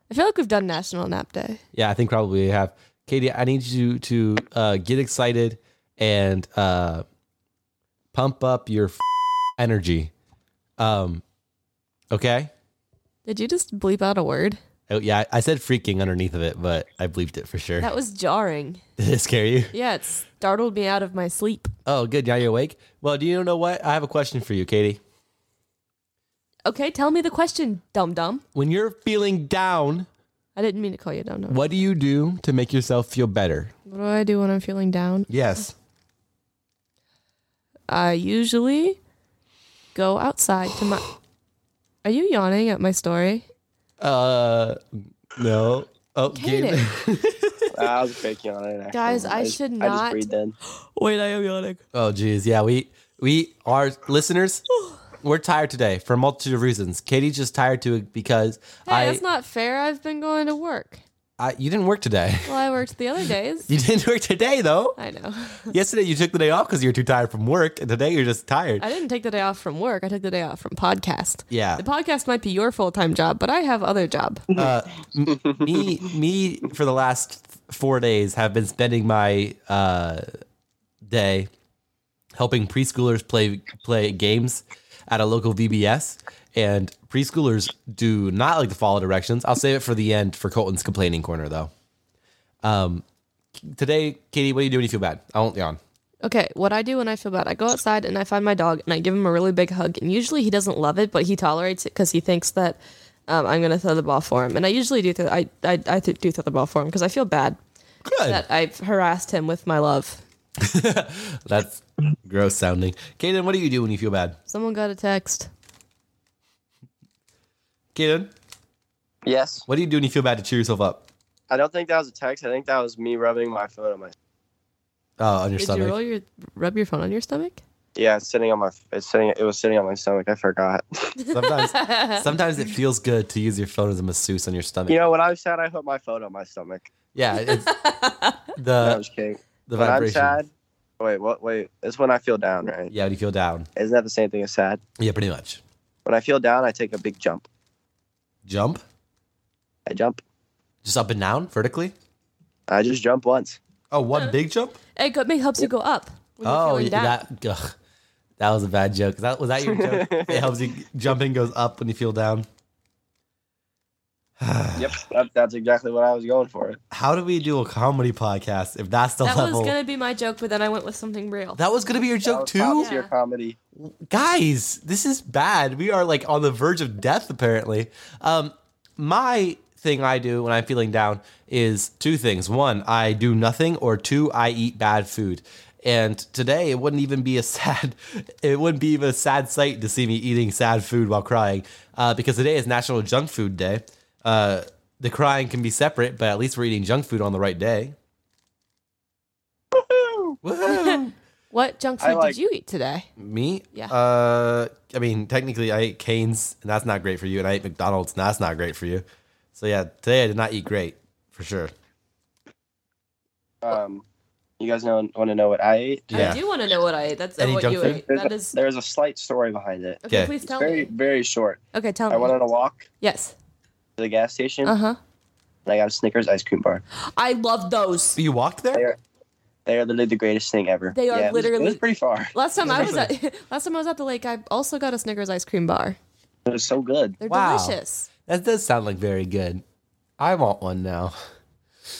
I feel like we've done National Nap Day. yeah, I think probably we have. Katie, I need you to uh, get excited and uh, pump up your f- energy. Um, okay. Did you just bleep out a word? Oh yeah, I I said freaking underneath of it, but I bleeped it for sure. That was jarring. [LAUGHS] Did it scare you? Yeah, it startled me out of my sleep. Oh, good. Now you're awake. Well, do you know what? I have a question for you, Katie. Okay, tell me the question, dum dum. When you're feeling down, I didn't mean to call you dum dum. what do you do to make yourself feel better? What do I do when I'm feeling down? Yes. I usually go outside to [SIGHS] my. Are you yawning at my story? Uh, no. Oh, Katie. Katie. [LAUGHS] I was faking on it. actually. Guys, I just- should I just not- breathed in. Wait, I am yawning. [LAUGHS] oh, geez. Yeah, we we are [SIGHS] listeners. We're tired today for a multitude of reasons. Katie's just tired too because Hey, I, that's not fair. I've been going to work. I you didn't work today. [LAUGHS] Well, I worked the other days. You didn't work today though. [LAUGHS] I know. Yesterday you took the day off because you were too tired from work, and today you're just tired. I didn't take the day off from work. I took the day off from podcast. yeah. The podcast might be your full time job, but I have other job. uh, m- me me for the last four days have been spending my uh, day helping preschoolers play play games at a local VBS, and preschoolers do not like to follow directions. I'll save it for the end for Colton's complaining corner, though. Um, today, Katie, what do you do when you feel bad? I won't yawn. Okay, what I do when I feel bad, I go outside and I find my dog and I give him a really big hug. And usually he doesn't love it, but he tolerates it because he thinks that um, I'm going to throw the ball for him. And I usually do. Throw, I I, I th- do throw the ball for him because I feel bad Good. that I've harassed him with my love. That's gross sounding. Kaden, what do you do when you feel bad? Someone got a text. Kaden, Yes. what do you do when you feel bad to cheer yourself up? I don't think that was a text. I think that was me rubbing my phone on my. Oh, on your Did stomach. you roll your rub your phone on your stomach? Yeah, it's sitting on my. It's sitting. It was sitting on my stomach. I forgot. Sometimes, sometimes it feels good to use your phone as a masseuse on your stomach. you know, when I'm sad, I put my phone on my stomach. yeah, [LAUGHS] it's Uh, No, I'm the just kidding. the when I'm vibration. sad. Wait, what? Wait, it's when I feel down, right? Yeah, when you feel down. Isn't that the same thing as sad? Yeah, pretty much. When I feel down, I take a big jump. Jump, I jump. just up and down vertically. I just jump once. Oh, one big jump. It go- it helps you go up. Uh, when you're Oh, feeling yeah, down. that [LAUGHS] ugh, that was a bad joke. That was that your [LAUGHS] joke. it helps you jumping goes up when you feel down. Yep, that, that's exactly what I was going for. How do we do a comedy podcast if that's the that level? was gonna be my joke, but then I went with something real. that was gonna be your That joke was too, top tier comedy. guys. This is bad. We are like on the verge of death, apparently. Um, my thing I do when I'm feeling down is two things. One, I do nothing, or two, I eat bad food. And today it wouldn't even be a [LAUGHS] sad, it wouldn't be even a sad sight to see me eating sad food while crying, uh, because today is National Junk Food Day. Uh, the crying can be separate, but at least we're eating junk food on the right day. Woohoo! what junk I food like- did you eat today? Me? Yeah. Uh, I mean, technically, I ate Canes, and that's not great for you. And I ate McDonald's, and that's not great for you. So yeah, today I did not eat great for sure. Um, you guys know want to know what I ate? Yeah. I do want to know what I ate. That's not Any what junk you food? ate. There's, That a, is there's a slight story behind it. okay. Okay. Please It's tell very me. very short. Okay, tell I me. went on a walk yes. to the gas station, Uh huh. and I got a Snickers ice cream bar. I love those. So you walked They there? are, they are literally the greatest thing ever. They are Yeah, it was- It was literally- pretty far. [LAUGHS] Last time I was at [LAUGHS] last time I was at the lake, I also got a Snickers ice cream bar. It was so good. They're Wow. delicious. That does sound like very good. I want one now.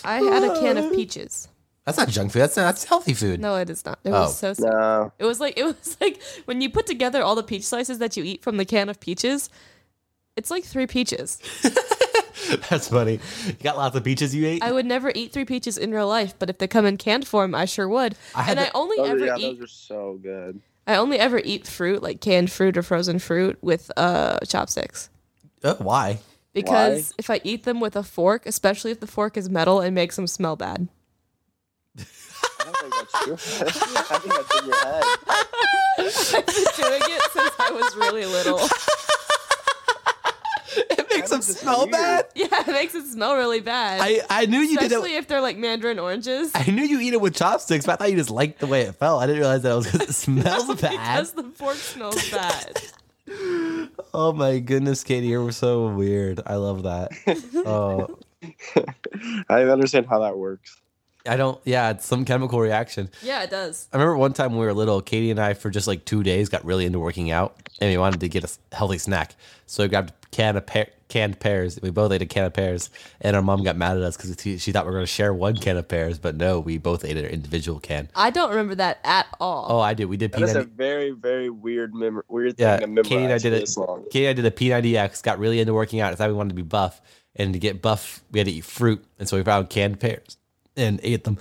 I had a can of peaches. That's not junk food. That's that's healthy food. No, it is not. It Oh. was so sweet. No, It was like it was [LAUGHS] like when you put together all the peach slices that you eat from the can of peaches. It's like three peaches. [LAUGHS] that's funny. You got lots of peaches you ate. I would never eat three peaches in real life, but if they come in canned form, I sure would. I had and I the- only those, ever Oh, yeah, eat those are so good. I only ever eat fruit, like canned fruit or frozen fruit, with uh, chopsticks. Oh, why? [LAUGHS] Because if I eat them with a fork, especially if the fork is metal, it makes them smell bad. I don't think that's true. [LAUGHS] I think that's in your head. [LAUGHS] I've been doing it since I was really little. It makes them is this smell weird? bad. [LAUGHS] Yeah, it makes it smell really bad. I I knew you did especially it. if they're like mandarin oranges. [LAUGHS] I knew you eat it with chopsticks, but I thought you just liked the way it felt. I didn't realize that it was [LAUGHS] because it [LAUGHS] smells bad. because the [LAUGHS] fork smells bad. Oh my goodness, Katie, you're so weird. I love that. Oh, [LAUGHS] I don't understand how that works. I don't. Yeah, it's some chemical reaction. yeah, it does. I remember one time when we were little, Katie and I, for just like two days, got really into working out, and we wanted to get a s- healthy snack. So we grabbed a can of pear, canned pears. We both ate a can of pears, and our mom got mad at us because she thought we were going to share one can of pears, but no, we both ate an individual can. I don't remember that at all. Oh, I did. We did That's a P90. very very weird mem- weird Yeah, thing to memorize Katie and I did for it. this long. Katie and I did a P90X, got really into working out. I thought we wanted to be buff, and to get buff, we had to eat fruit, and so we found canned pears and ate them.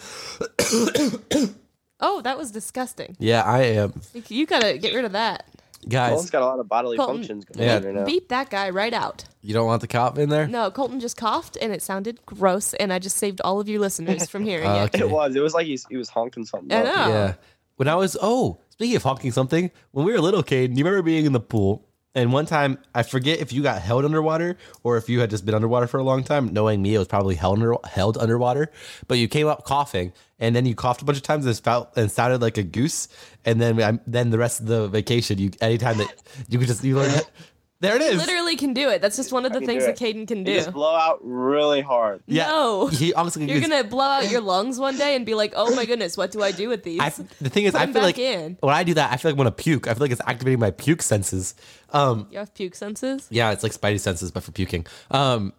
Oh, that was disgusting. Yeah, I am, You gotta get rid of that. guys. Colton's got a lot of bodily Colton, functions going yeah. on right now. Beep that guy [LAUGHS] right out. You don't want the cop in there? No, Colton just coughed and it sounded gross, and I just saved all of [LAUGHS] you listeners from hearing Uh, it. okay. It was. It was like he's, he was honking something. I up. know. Yeah. When I was oh, speaking of honking something, when we were little, Caden, you remember being in the pool? And one time, I forget if you got held underwater or if you had just been underwater for a long time. Knowing me, it was probably held, under, held underwater. But you came up coughing, and then you coughed a bunch of times and, spout, and sounded like a goose. And then, I, then the rest of the vacation, you anytime that you could just you learn, there it is. Literally can do it. That's just one of the can things do that it. Caden can You do. just blow out really hard. yeah, No. he honestly. You're gonna blow [LAUGHS] out your lungs one day and be like, "Oh my goodness, what do I do with these?" I, the thing is, Put I 'em feel back like in. when I do that, I feel like I want to puke. I feel like it's activating my puke senses. Um, [LAUGHS] you have puke senses. Yeah, it's like Spidey senses, but for puking. Um,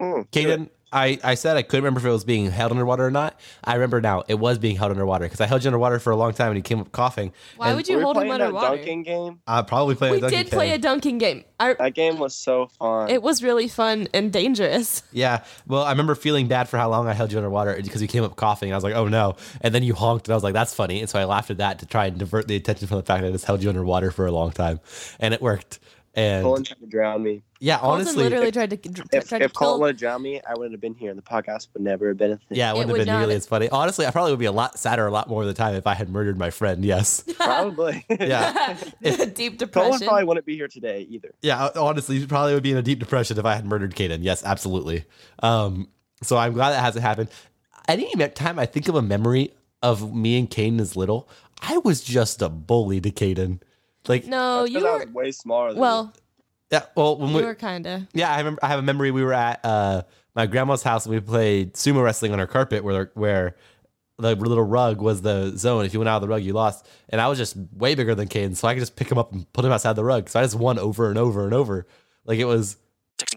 Kaden, I, I said I couldn't remember if it was being held underwater or not. I remember now it was being held underwater because I held you underwater for a long time and you came up coughing. Why and would you Were we hold him playing that underwater? dunking game? I probably played? We a dunking did play can. a dunking game. I, That game was so fun. it was really fun and dangerous. Yeah. Well, I remember feeling bad for how long I held you underwater because you came up coughing. And I was like, oh no. And then you honked and I was like, that's funny. And so I laughed at that to try and divert the attention from the fact that I just held you underwater for a long time. And it worked. And Colin tried to drown me. yeah, [LAUGHS] Colton honestly. literally tried to tried If, to if Colin kill. would have drowned me, I wouldn't have been here, and the podcast would never have been a thing. yeah, it It wouldn't would have been not nearly have- as funny. Honestly, I probably would be a lot sadder a lot more of the time if I had murdered my friend. Yes. probably. [LAUGHS] [LAUGHS] [LAUGHS] Yeah. [LAUGHS] Colin Deep depression. probably wouldn't be here today either. Yeah, honestly, you probably would be in a deep depression if I had murdered Kaden. Yes, absolutely. Um, so I'm glad that hasn't happened. Any me- time I think of a memory of me and Kaden as little, I was just a bully to Kaden. Like, No, That's 'cause Oh, you I were was way smaller. Than well. yeah, well, when You we, were kinda. yeah, I remember. I have a memory. We were at uh, my grandma's house and we played sumo wrestling on her carpet, where where the little rug was the zone. If you went out of the rug, you lost. And I was just way bigger than Caden, so I could just pick him up and put him outside the rug. So I just won over and over and over. Like it was. Texting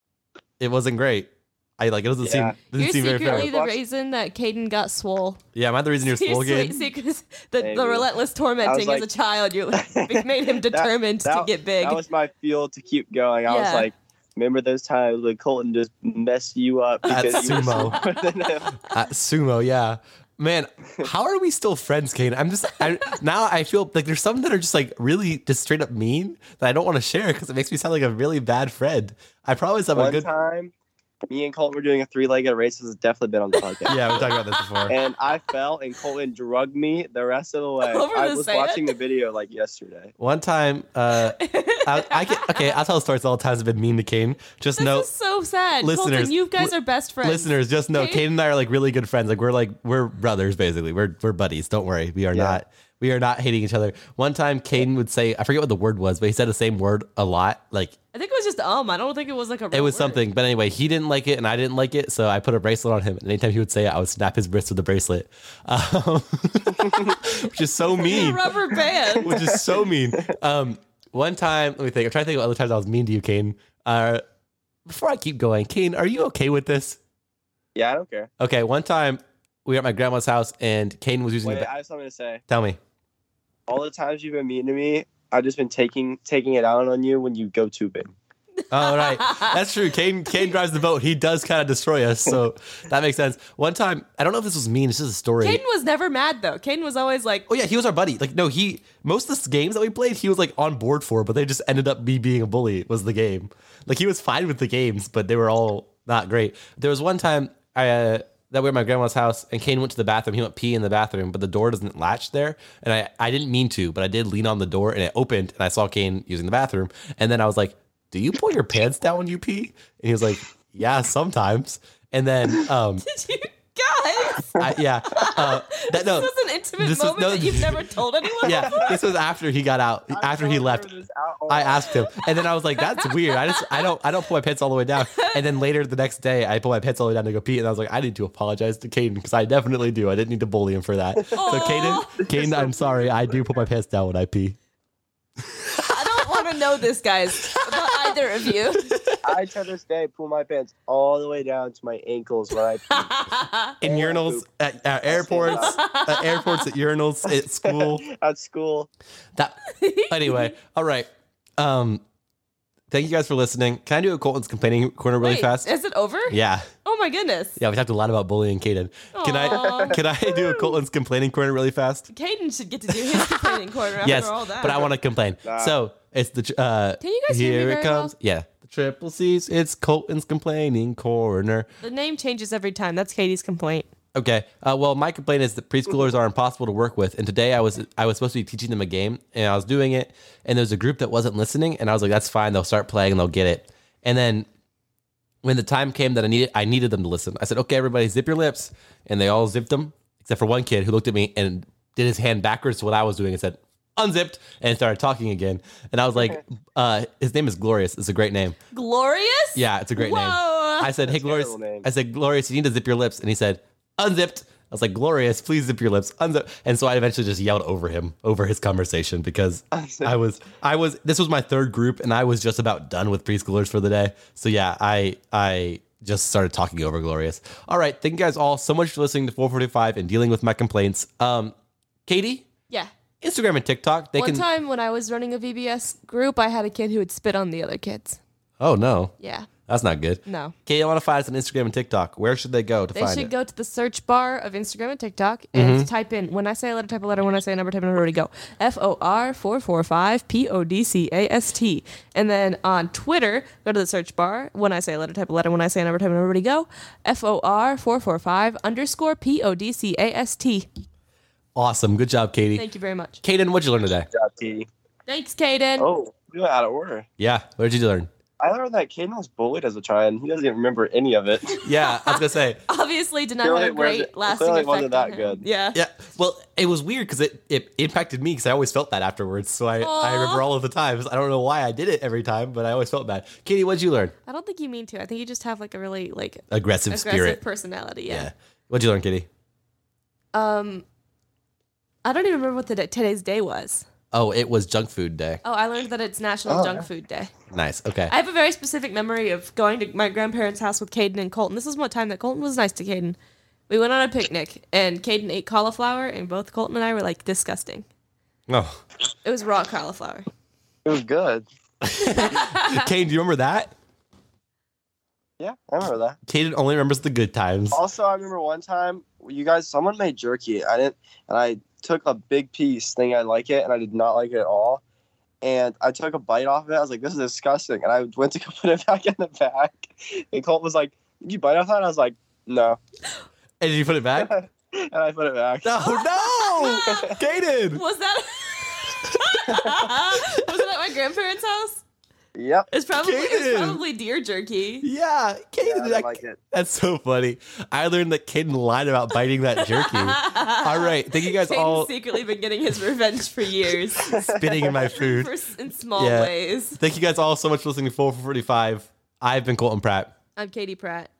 it wasn't great. I like it doesn't Yeah. seem doesn't You're seem very secretly fair. the reason that Caden got swole. Yeah, am I the reason [LAUGHS] you're Your slow sweet again? secrets, the, the Maybe. relentless tormenting like- as a [LAUGHS] child, you [LAUGHS] it made him That- determined that- to get big. That was my fuel to keep going. I was Yeah. like, remember those times when Colton just messed you up At because you were sumo. [LAUGHS] smaller than him? At Uh, sumo, yeah. Man, how are we still friends, Kane? I'm just I, now I feel like there's some that are just like really just straight up mean that I don't want to share because it makes me sound like a really bad friend. I promise I'm a One good. time, me and Colton were doing a three-legged race. This has definitely been [LAUGHS] on the podcast. Yeah, we talked about this [LAUGHS] before. And I fell, and Colton drugged me the rest of the way. [LAUGHS] Over I the was sand? watching the video like yesterday. One time, uh, I, I can, okay, I'll tell stories all the times I've been mean to Kane. Just this know, is so sad. listeners, Colton, you guys li- are best friends. listeners, just know Kane- Kane and I are like really good friends. Like we're like we're brothers basically. We're we're buddies. Don't worry. We are Yeah. not we are not hating each other. One time Caden would say I forget what the word was, but he said the same word a lot. Like I think it was just um. I don't think it was like a. it real was word. [LAUGHS] something. But anyway, he didn't like it and I didn't like it. So I put a bracelet on him. And anytime he would say it, I would snap his wrist with the bracelet. [LAUGHS] Um, which is so mean. Rubber band. Which is so mean. Um one time let me think. I'm trying to think of other times I was mean to you, Kane. Uh before I keep going, Kane, are you okay with this? Yeah, I don't care. Okay, one time we were at my grandma's house and Caden was using Wait, the. Ba- I have something to say. Tell me. All the times you've been mean to me, I've just been taking taking it out on you when you go tubing. [LAUGHS] All Oh, right, [LAUGHS] that's true. Caden Caden drives the boat. He does kind of destroy us, so that makes sense. One time, I don't know if this was mean. This is a story. Caden was never mad though. Caden was always like, [LAUGHS] oh yeah, he was our buddy. Like no, he most of the games that we played, he was like on board for, but they just ended up me being a bully was the game. Like he was fine with the games, but they were all not great. There was one time I. Uh, that we were at my grandma's house, and Kane went to the bathroom. He went pee in the bathroom, but the door doesn't latch there. And I, I didn't mean to, but I did lean on the door, and it opened, and I saw Kane using the bathroom. And then I was like, "Do you pull your pants down when you pee?" And he was like, "Yeah, sometimes." And then, um, "You guys, I, yeah, uh, that [LAUGHS] no, this was an intimate this is- moment no, that you've [LAUGHS] never told anyone." yeah, this was after he got out. After he left, I asked him, and then I was like, "That's weird. I just, I don't, I don't pull my pants all the way down." And then later the next day, I pull my pants all the way down to go pee, and I was like, "I need to apologize to Caden because I definitely do. I didn't need to bully him for that." So Aw. Caden, Caden, I'm sorry. I do put my pants down when I pee. I don't want to know this, guys, about either of you. I to this day pull my pants all the way down to my ankles when I [LAUGHS] pee. In Oh, urinals, poop. at, at airports, at airports, at urinals, at school. at school. That anyway. All right. Um, Thank you guys for listening. Can I do a Colton's complaining corner [LAUGHS] really Wait, fast? Is it over? Yeah. Oh my goodness. Yeah, we talked a lot about bullying Caden. Can I Aw. can I do a Colton's complaining corner really fast? Caden should get to do his [LAUGHS] complaining corner after yes, all that. but I want to complain. So it's the tr- uh, Can you guys hear me here very it well? comes. Yeah, the triple C's. It's Colton's complaining corner. The name changes every time. That's Katie's complaint. Okay. Uh, well, my complaint is that preschoolers are impossible to work with. And today I was I was supposed to be teaching them a game, and I was doing it, and there was a group that wasn't listening, and I was like, "That's fine. They'll start playing, and they'll get it." And then when the time came that I needed I needed them to listen, I said, "Okay, everybody, zip your lips," and they all zipped them except for one kid who looked at me and did his hand backwards to what I was doing and said, "Unzipped," and started talking again. And I was like, uh, "His name is Glorious. It's a great name." Glorious? Yeah, it's a great name. Whoa. I said, "Hey, Glorious." I said, "Glorious, you need to zip your lips," and he said, "Unzipped." I was like, "Glorious, please zip your lips." Unzip. And so I eventually just yelled over him, over his conversation, because I was, I was. This was my third group, and I was just about done with preschoolers for the day. So yeah, I, I just started talking over Glorious. All right, thank you guys all so much for listening to 445 and dealing with my complaints. Um, Katie, Yeah. Instagram and TikTok, they One can. time when I was running a VBS group, I had a kid who would spit on the other kids. Oh no, Yeah. that's not good. No. Katie, I want to find us on Instagram and TikTok. Where should they go to They find should it? go to the search bar of Instagram and TikTok and Mhm. type in when I say a letter, type a letter, when I say a number, type a number, to go. F O R 445 P O D C A S T. And then on Twitter, go to the search bar. When I say a letter, type a letter, when I say a number, type a number, to go. F O R 445 underscore P O D C A S T. Awesome, good job, Katie. Thank you very much. Kaden, what'd you learn today? Thanks, Kaden. Oh, we went out of order. Yeah, what did you learn? I learned that Caden was bullied as a child, and he doesn't even remember any [LAUGHS] of it. Yeah, I was gonna [LAUGHS] say. Obviously, did not have a Clearly it great wasn't- lasting clearly it effect. wasn't on that him. good. Yeah. Yeah. Well, it was weird because it, it impacted me because I always felt that afterwards. So I, I Aw. remember all of the times. I don't know why I did it every time, but I always felt bad. Katie, what'd you learn? I don't think you mean to. I think you just have like a really like Aggressive spirit. personality. Yeah. What'd you learn, Katie? Um, I don't even remember what the day, today's day was. Oh, it was junk food day. Oh, I learned that it's National Oh, Junk yeah. Food Day. Nice. Okay. I have a very specific memory of going to my grandparents' house with Caden and Colton. This is one time that Colton was nice to Caden. We went on a picnic and Caden ate cauliflower, and both Colton and I were like disgusting. [LAUGHS] Oh. It was raw cauliflower. It was good. Kaden, do you remember that? Yeah, I remember that. Kaden only remembers the good times. Also, I remember one time you guys, someone made jerky. I didn't, and I took a big piece, thinking I like it, and I did not like it at all. And I took a bite off of it. I was like, "This is disgusting," and I went to go [LAUGHS] put it back in the bag. And Colt was like, "Did you bite off that?" And I was like, "No," And did you put it back? and I put it back. No, [LAUGHS] no, Kaden. Was that? [LAUGHS] was it at my grandparents' house? Yep. It's probably Kaden. it's probably deer jerky. Yeah, Kaden. I like it. That's so funny. I learned that Kaden lied about biting that jerky. all right. Thank you guys Caden's all secretly been getting his revenge [LAUGHS] for years. spitting in my food. For s- in small Yeah. ways. Thank you guys all so much for listening to 4 for 45. I've been Colton Pratt. I'm Katie Pratt.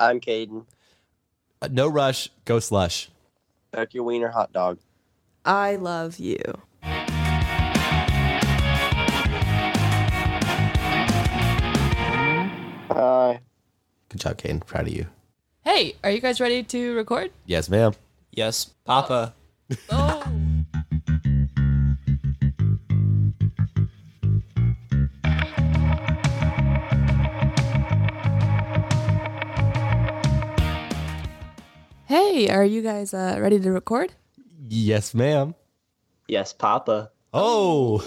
I'm Caden. Uh, No rush, go slush. Back your wiener hot dog. I love you. Hi. Good job, Kane. Proud of you. Hey, are you guys ready to record? Yes, ma'am. Yes, Papa. Hey, are you guys uh, ready to record? Yes, ma'am. Yes, Papa. Oh.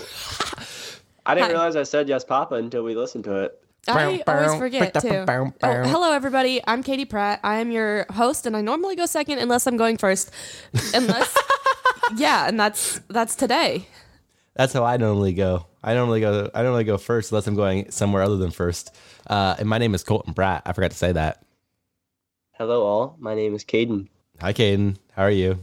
I didn't Hi. Uh. realize I said yes, Papa until we listened to it. I always forget too. Oh, hello, everybody. I'm Katie Pratt. I am your host, and I normally go second unless I'm going first. [LAUGHS] Unless, yeah, and that's that's today. That's how I normally go. I normally go I normally go first unless I'm going somewhere other than first. Uh, and my name is Colton Pratt. I forgot to say that. Hello, all. My name is Caden. Hi Caden. How are you?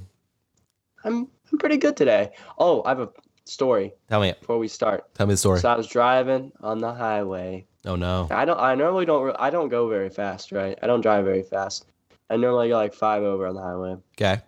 I'm I'm pretty good today. Oh, I have a story Tell me before we start. tell me the story. So I was driving on the highway. Oh no. I don't. I normally don't. re- I don't go very fast, right? I don't drive very fast. I normally go like five over on the highway. Okay.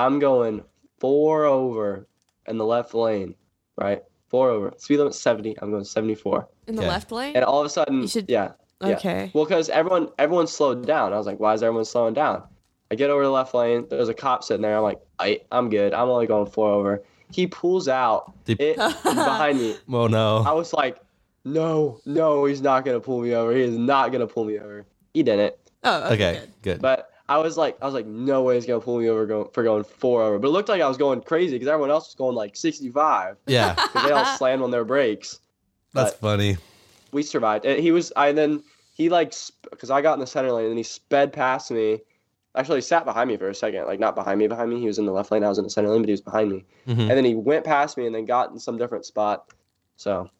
I'm going four over in the left lane, right? Four over. Speed limit 70. I'm going 74. In the left lane? And all of a sudden, yeah, yeah. Okay. Well, because everyone everyone slowed down. I was like, why is everyone slowing down? I get over to the left lane. There's a cop sitting there. I'm like, I, I'm good. I'm [LAUGHS] only going four over. He pulls out it behind me. Oh no. I was like, no, no, he's not gonna pull me over. He is not gonna pull me over. He didn't. Oh, okay. good. But I was like, I was like, no way he's gonna pull me over going, for going four over. But it looked like I was going crazy because everyone else was going like 65. [LAUGHS] Yeah. 'Cause [LAUGHS] they all Uh, slammed on their brakes. That's funny. We survived. And he was, I and then he like, because I got in the center lane and he sped past me. Actually, he sat behind me for a second, like not behind me, behind me. He was in the left lane. I was in the center lane, but he was behind me. Mm-hmm. And then he went past me and then got in some different spot. So,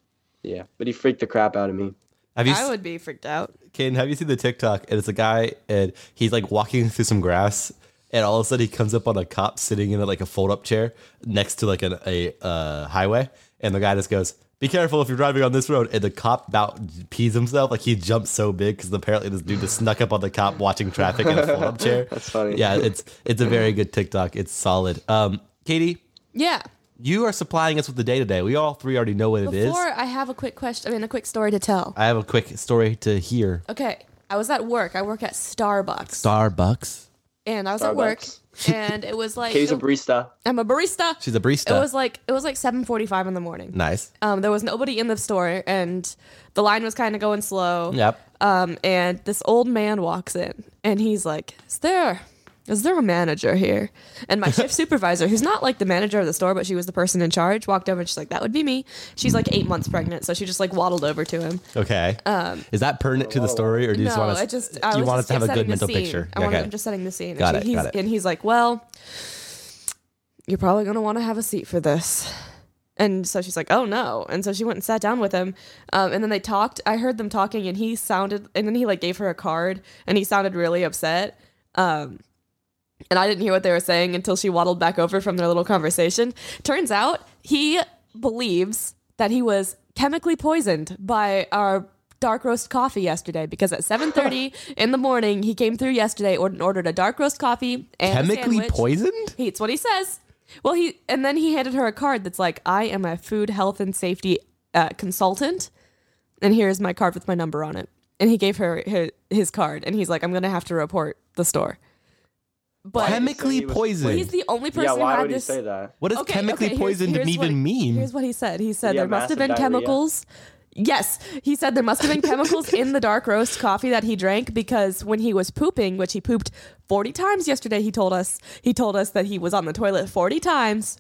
yeah. But he freaked the crap out of me. Have you I s- would be freaked out. Caden, have you seen the TikTok? And it's a guy, and he's like walking [LAUGHS] through some grass, and all of a sudden he comes up on a cop sitting in like a fold-up chair next to like an, a uh, highway, and the guy just goes, "Be careful if you're driving on this road." And the cop about pees himself, like he jumped so big because apparently this dude just snuck up on the cop watching traffic in [LAUGHS] a fold-up chair. That's funny. Yeah, it's it's a very good TikTok. It's solid. Um, Katie, Yeah. you are supplying us with the day today. We all three already know what it is. Before I have a quick question, I mean, a quick story to tell. I have a quick story to hear. Okay. I was at work. I work at Starbucks. Starbucks. And I was at work. [LAUGHS] And it was like. Katie's a it- barista. I'm a barista. She's a barista. It was like it was like 7:45 in the morning. Nice. Um, there was nobody in the store, and the line was kind of going slow. Yep. Um, and this old man walks in, and he's like, "Is there, is there a manager here?" And [LAUGHS] my shift supervisor, who's not like the manager of the store, but she was the person in charge, walked over and she's like, "That would be me." She's like eight months pregnant, so she just like waddled over to him. Okay. Um, is that pertinent to the story, or do you just no, want us? I just I you was want us just to have a setting good the mental scene. picture? I wanted, Okay. I'm just setting the scene. And Got she- it, he's, got it. And he's like, "Well, you're probably gonna want to have a seat for this." And so she's like, "Oh no!" And so she went and sat down with him, um, and then they talked. I heard them talking, and he sounded, and then he like gave her a card, and he sounded really upset. Um, and I didn't hear what they were saying until she waddled back over from their little conversation. Turns out he believes that he was chemically poisoned by our dark roast coffee yesterday because at 7:30 in the morning he came through yesterday or- and ordered a dark roast coffee and a Chemically sandwich. poisoned? He- It's what he says. Well, he and then he handed her a card that's like, "I am a food health and safety uh, consultant." and here's my card with my number on it. And he gave her his, his card, and he's like, I'm gonna have to report the store. But Chemically poisoned. He's the only Yeah, person why who had would he this. say that? What does chemically here's- poisoned here's what- even mean? Here's what he said. He said Yeah, there must have been massive diarrhea. chemicals. Yes, he said there must have [LAUGHS] been chemicals in the dark roast coffee that he drank because when he was pooping, which he pooped 40 times yesterday, he told us he told us that he was on the toilet 40 times.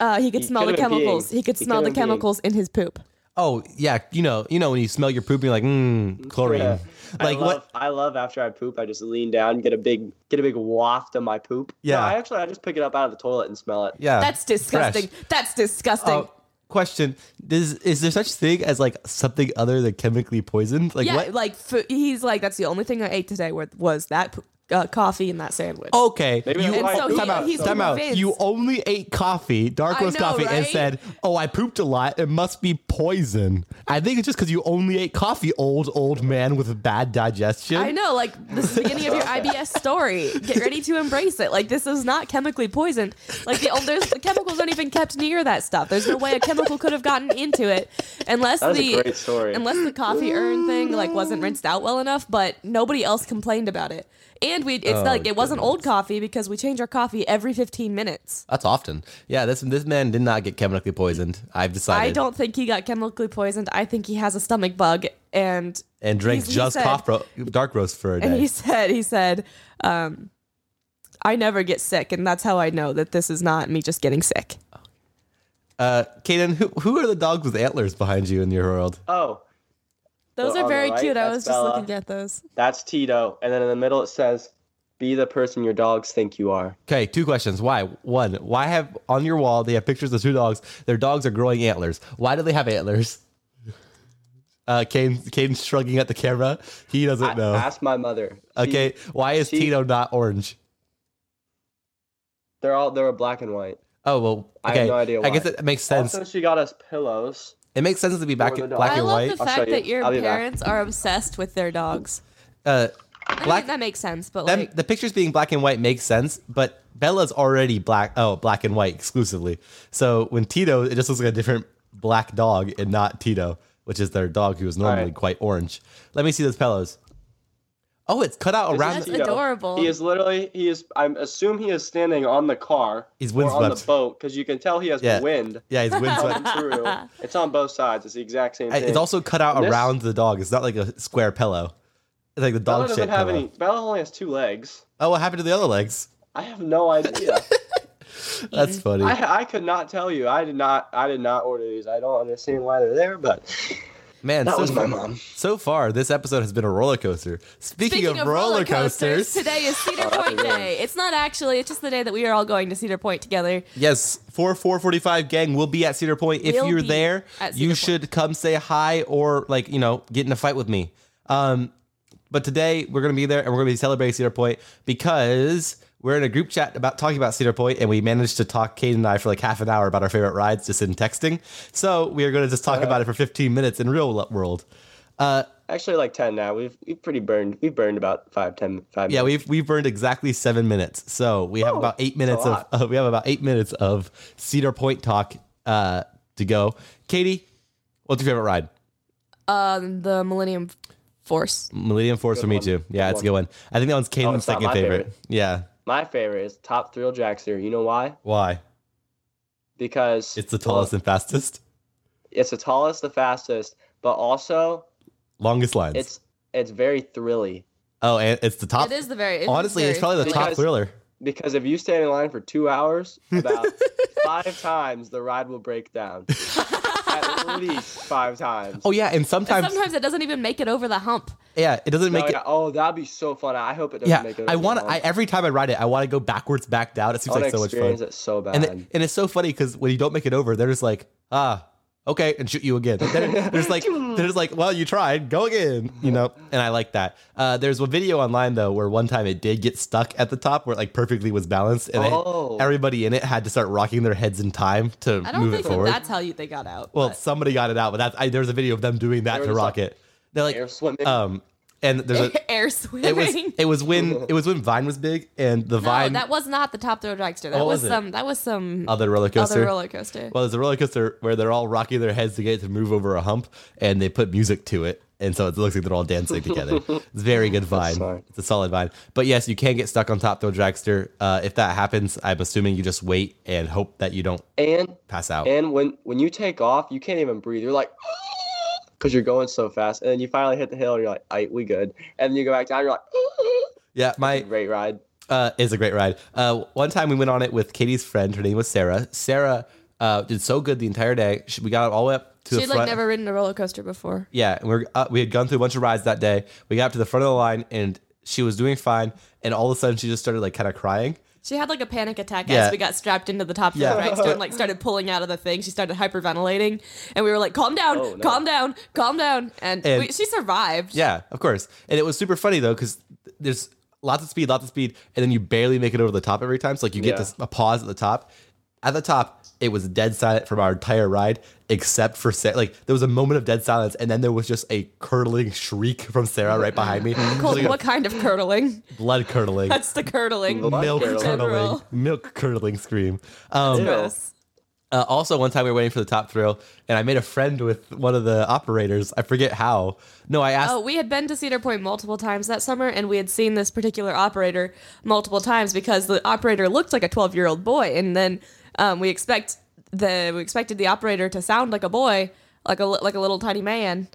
Uh, he could He smell the could've been peeing. chemicals. He could He smell the could've been peeing. chemicals in his poop. Oh yeah, you know, you know when you smell your poop, you're like, mm, chlorine. Yeah. Like I love, what? I love after I poop, I just lean down, get a big get a big waft of my poop. No, Yeah. I actually I just pick it up out of the toilet and smell it. Yeah. That's disgusting. Uh, Fresh. That's disgusting. Oh, question: Is is there such thing as like something other than chemically poisoned? Like yeah, what? like fu- he's like that's the only thing I ate today was, was that uh, coffee and that sandwich. Okay, you and so he, time out. he's time out. convinced. You only ate coffee, dark I roast know, coffee, and right? said, "Oh, I pooped a lot. It must be poison." I think it's just because you only ate coffee, old old man with bad digestion. I know, like this is the beginning of your IBS story. Get ready to embrace it. Like this is not chemically poisoned. Like the, oh, there's the chemicals aren't even kept near that stuff. There's no way a chemical could have gotten into it unless That is the a great story. unless the coffee urn thing like wasn't rinsed out well enough. But nobody else complained about it. And we it's Oh, like it wasn't old coffee because we change our coffee every 15 minutes. That's often. Yeah, this this man did not get chemically poisoned. I've decided. I don't think he got chemically poisoned. I think he has a stomach bug and and drank he's- he just said- cough ro- dark roast for a And he day. said, he said, um, I never get sick, and that's how I know that this is not me just getting sick. Uh, Kaden, who who are the dogs with antlers behind you in your world? Oh. Those So are on the very right, cute. I that's was Bella. just looking at those. That's Tito. And then in the middle it says, Be the person your dogs think you are. Okay, two questions. Why? One, why have on your wall they have pictures of two dogs? Their dogs are growing antlers. Why do they have antlers? [LAUGHS] Uh, Kane, Kane's shrugging at the camera. He doesn't know. Ask my mother. She- okay, why is she- Tito not orange? They're all they're black and white. Oh well, I okay. have no idea why. I guess it makes sense. Also, she got us pillows. it makes sense to be back, the dog. black I and love white. the fact that your parents are obsessed with their dogs. Uh, I Black- mean, that makes sense, but them, like, the pictures being black and white makes sense, but Bella's already black. Oh, black and white exclusively. So when Tito, it just looks like a different black dog and not Tito, which is their dog who is normally Alright. quite orange. Let me see those pillows. Oh, it's cut out This around. is Tito. He is literally he is. I assume he is standing on the car. He's or on the windswept. boat because you can tell he has Yeah. wind. Yeah, [LAUGHS] he's windswept. True. It's on both sides. It's the exact same I- thing. It's also cut out And this- around the dog. It's not like a square pillow. It's like the Bella dog doesn't shaped have pillow. any. Bella only has two legs. Oh, what happened to the other legs? I have no [LAUGHS] idea. That's funny. I, I could not tell you. I did not. I did not order these. I don't understand why they're there, but Man, That so was my far- mom. So far, this episode has been a roller coaster. Speaking, Speaking of, roller coasters, Oh, today [LAUGHS] is Cedar Point Day. It's not actually; it's just the day that we are all going to Cedar Point together. yes, four four forty five gang will be at Cedar Point. If Will you're be there, at you Cedar Point. should come say hi or like you know get in a fight with me. Um, but today we're gonna be there and we're gonna be celebrating Cedar Point because we're in a group chat about talking about Cedar Point and we managed to talk Kate and I for like half an hour about our favorite rides just in texting. So we are gonna just talk about it for fifteen minutes in real lo- world. Uh, actually like ten now. We've we have pretty burned. We have burned about five, ten, five. Yeah, minutes. we've we've burned exactly seven minutes, so we have about eight minutes of lot. uh, [LAUGHS] we have about eight minutes of Cedar Point talk uh, to go. Katie, what's your favorite ride? Um, the Millennium Force. Millennium Force for me too. Yeah, it's a good one. I think that one's Caden's Oh, it's not second my favorite. favorite. Yeah, My favorite is Top Thrill Dragster. You know why? why? Because It's the tallest and fastest, it's the tallest, the fastest, but also longest lines. it's it's very thrilly. oh, and it's the top. It is the very- it is honestly, it's very probably the thrilling. top Because- thriller. Because if you stand in line for two hours, [LAUGHS] about five times the ride will break down. [LAUGHS] [LAUGHS] At least five times. Oh yeah, and And sometimes Sometimes, it doesn't even make it over the hump. yeah, it doesn't No, make it. yeah. Oh, that'd be so fun. I hope it doesn't Yeah, make it. I over want the to. I hump. every time I ride it, I want to go backwards, back down. It I seems want like so to much fun. experience it so bad. and, it- and it's so funny because when you don't make it over, they're just like, ah, okay, and shoot you again. They're, there's [LAUGHS] like, there's like, well, you tried, go again, you know. And I like that. Uh, there's a video online though where one time it did get stuck at the top where it like perfectly was balanced, and they- Oh. everybody in it had to start rocking their heads in time to I don't move think it that forward. that's how you they got out. well, somebody got it out, but that's I, there's a video of them doing that They were to just rock it. They're like, air swimming. um, and [LAUGHS] there's a. Air swimming. It was it was when it was when Vine was big and the no, Vine that was not the top throw dragster. That What Oh, was, was it? some. That was some other roller coaster. Other roller coaster. Well, there's a roller coaster where they're all rocking their heads to get it to move over a hump, and they put music to it, and so it looks like they're all dancing together. it's very good vine. It's a solid vine. But yes, you can get stuck on top throw dragster. Uh, if that happens, I'm assuming you just wait and hope that you don't and pass out. And when when you take off, you can't even breathe. You're like, [GASPS] because you're going so fast, and then you finally hit the hill, and you're like, "Aight, we good." And then you go back down, you're like, [GASPS] yeah, my great ride. Uh, is a great ride. Uh, one time we went on it with Katie's friend. Her name was Sarah. Sarah uh, did so good the entire day. She, we got all the way up to She'd the front. like never ridden a roller coaster before. Yeah, and we're uh, we had gone through a bunch of rides that day. We got up to the front of the line, and she was doing fine. And all of a sudden, she just started like kind of crying. She had like a panic attack Yeah. as we got strapped into the top Yeah. of the [LAUGHS] dragster and like started pulling out of the thing. She started hyperventilating, and we were like, "Calm down, Oh, no. calm down, calm down." And, And- we, she survived. Yeah, of course. And it was super funny though, because there's lots of speed, lots of speed, and then you barely make it over the top every time. So like you get Yeah. this a pause at the top. At the top, it was dead silent from our entire ride, except for Sarah. Like there was a moment of dead silence, and then there was just a curdling shriek from Sarah right behind me. It was [LAUGHS] Cold, like a what kind of curdling? [LAUGHS] blood curdling. That's the curdling. milk in curdling, general. milk curdling scream. Um, gross. uh, also, one time we were waiting for the top thrill, and I made a friend with one of the operators. I forget how. No, I asked. Oh, we had been to Cedar Point multiple times that summer, and we had seen this particular operator multiple times because the operator looked like a twelve-year-old boy, and then um, we expect the we expected the operator to sound like a boy, like a li- like a little tiny man.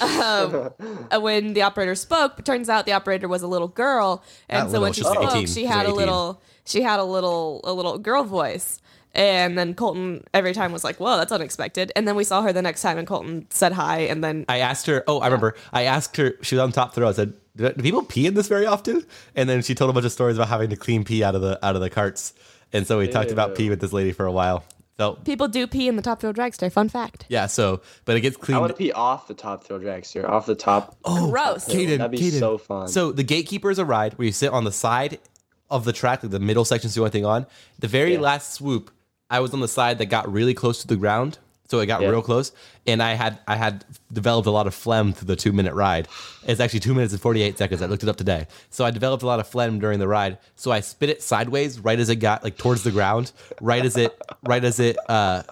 um, uh, when the operator spoke, but turns out the operator was a little girl, and Not so little, when she she's like spoke, 18. she She's had a 18. little she had a little a little girl voice. And then Colton every time was like, "Whoa, that's unexpected." And then we saw her the next time, and Colton said hi, and then I asked her. Oh, I remember. I asked her. She was on top throw. I said, "Do do people pee in this very often?" And then she told a bunch of stories about having to clean pee out of the out of the carts. And so we talked about Ew. pee with this lady for a while. Felt people do pee in the top field dragster. Fun fact. yeah. So, but it gets I cleaned. want to pee off the top thrill dragster, off the top. Oh, Gross. Kaden, That'd be Kaden. so fun. [LAUGHS] So the gatekeeper is a ride where you sit on the side of the track, like the middle section, so you want thing on. The very last swoop, I was on the side that got really close to the ground, so it got Yeah. real close, and I had I had developed a lot of phlegm through the two minute ride. It's actually two minutes and forty eight seconds. I looked it up today, so I developed a lot of phlegm during the ride. So I spit it sideways, right as it got like towards the ground, right as it right as it. uh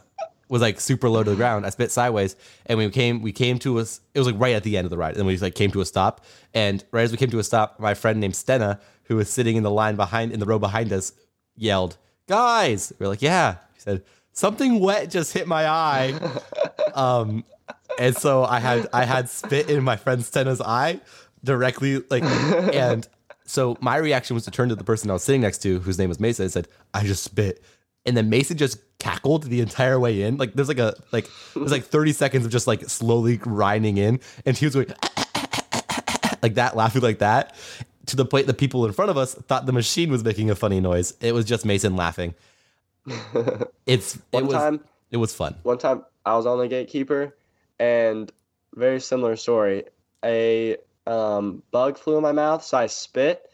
was like super low to the ground. I spit sideways, and we came we came to us. It was like right at the end of the ride, and we like came to a stop. And right as we came to a stop, my friend named Stena, who was sitting in the line behind in the row behind us, yelled, "Guys!" We are like, "Yeah." He said, "Something wet just hit my eye," um, and so I had I had spit in my friend Stena's eye directly, like, and so my reaction was to turn to the person I was sitting next to, whose name was Mesa, and said, "I just spit." and then Mason just cackled the entire way in. Like there's like a like there's like 30 seconds of just like slowly grinding in, and he was like [LAUGHS] like that, laughing like that. To the point the people in front of us thought the machine was making a funny noise. It was just Mason laughing. It's it One was time- it was fun. One time I was on the gatekeeper and very similar story. A um, bug flew in my mouth, so I spit,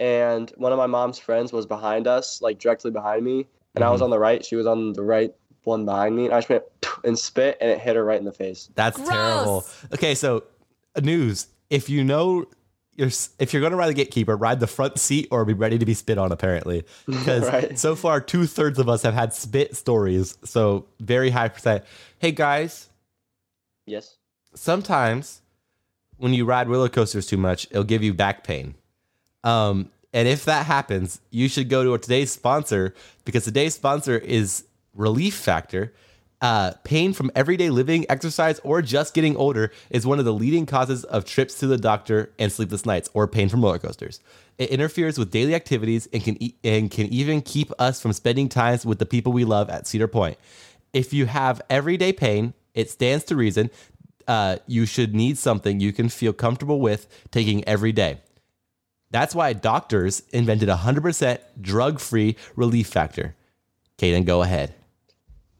and one of my mom's friends was behind us, like directly behind me, and I was Mhm. on the right. She was on the right one behind me, and I just went and spit, and it hit her right in the face. That's terrible. Okay, so uh, news. If you know you're s- if you're going to ride the gatekeeper, ride the front seat or be ready to be spit on. Apparently, because Right. so far two thirds of us have had spit stories. So very high percent. Hey guys, Yes. sometimes when you ride roller coasters too much, it'll give you back pain. Um, and if that happens, you should go to today's sponsor because today's sponsor is Relief Factor. Uh, pain from everyday living, exercise, or just getting older is one of the leading causes of trips to the doctor and sleepless nights, or pain from roller coasters. It interferes with daily activities and can e- and can even keep us from spending times with the people we love at Cedar Point. If you have everyday pain, it stands to reason uh, you should need something you can feel comfortable with taking every day. That's why doctors invented 100% drug free relief factor. Kaden, go ahead.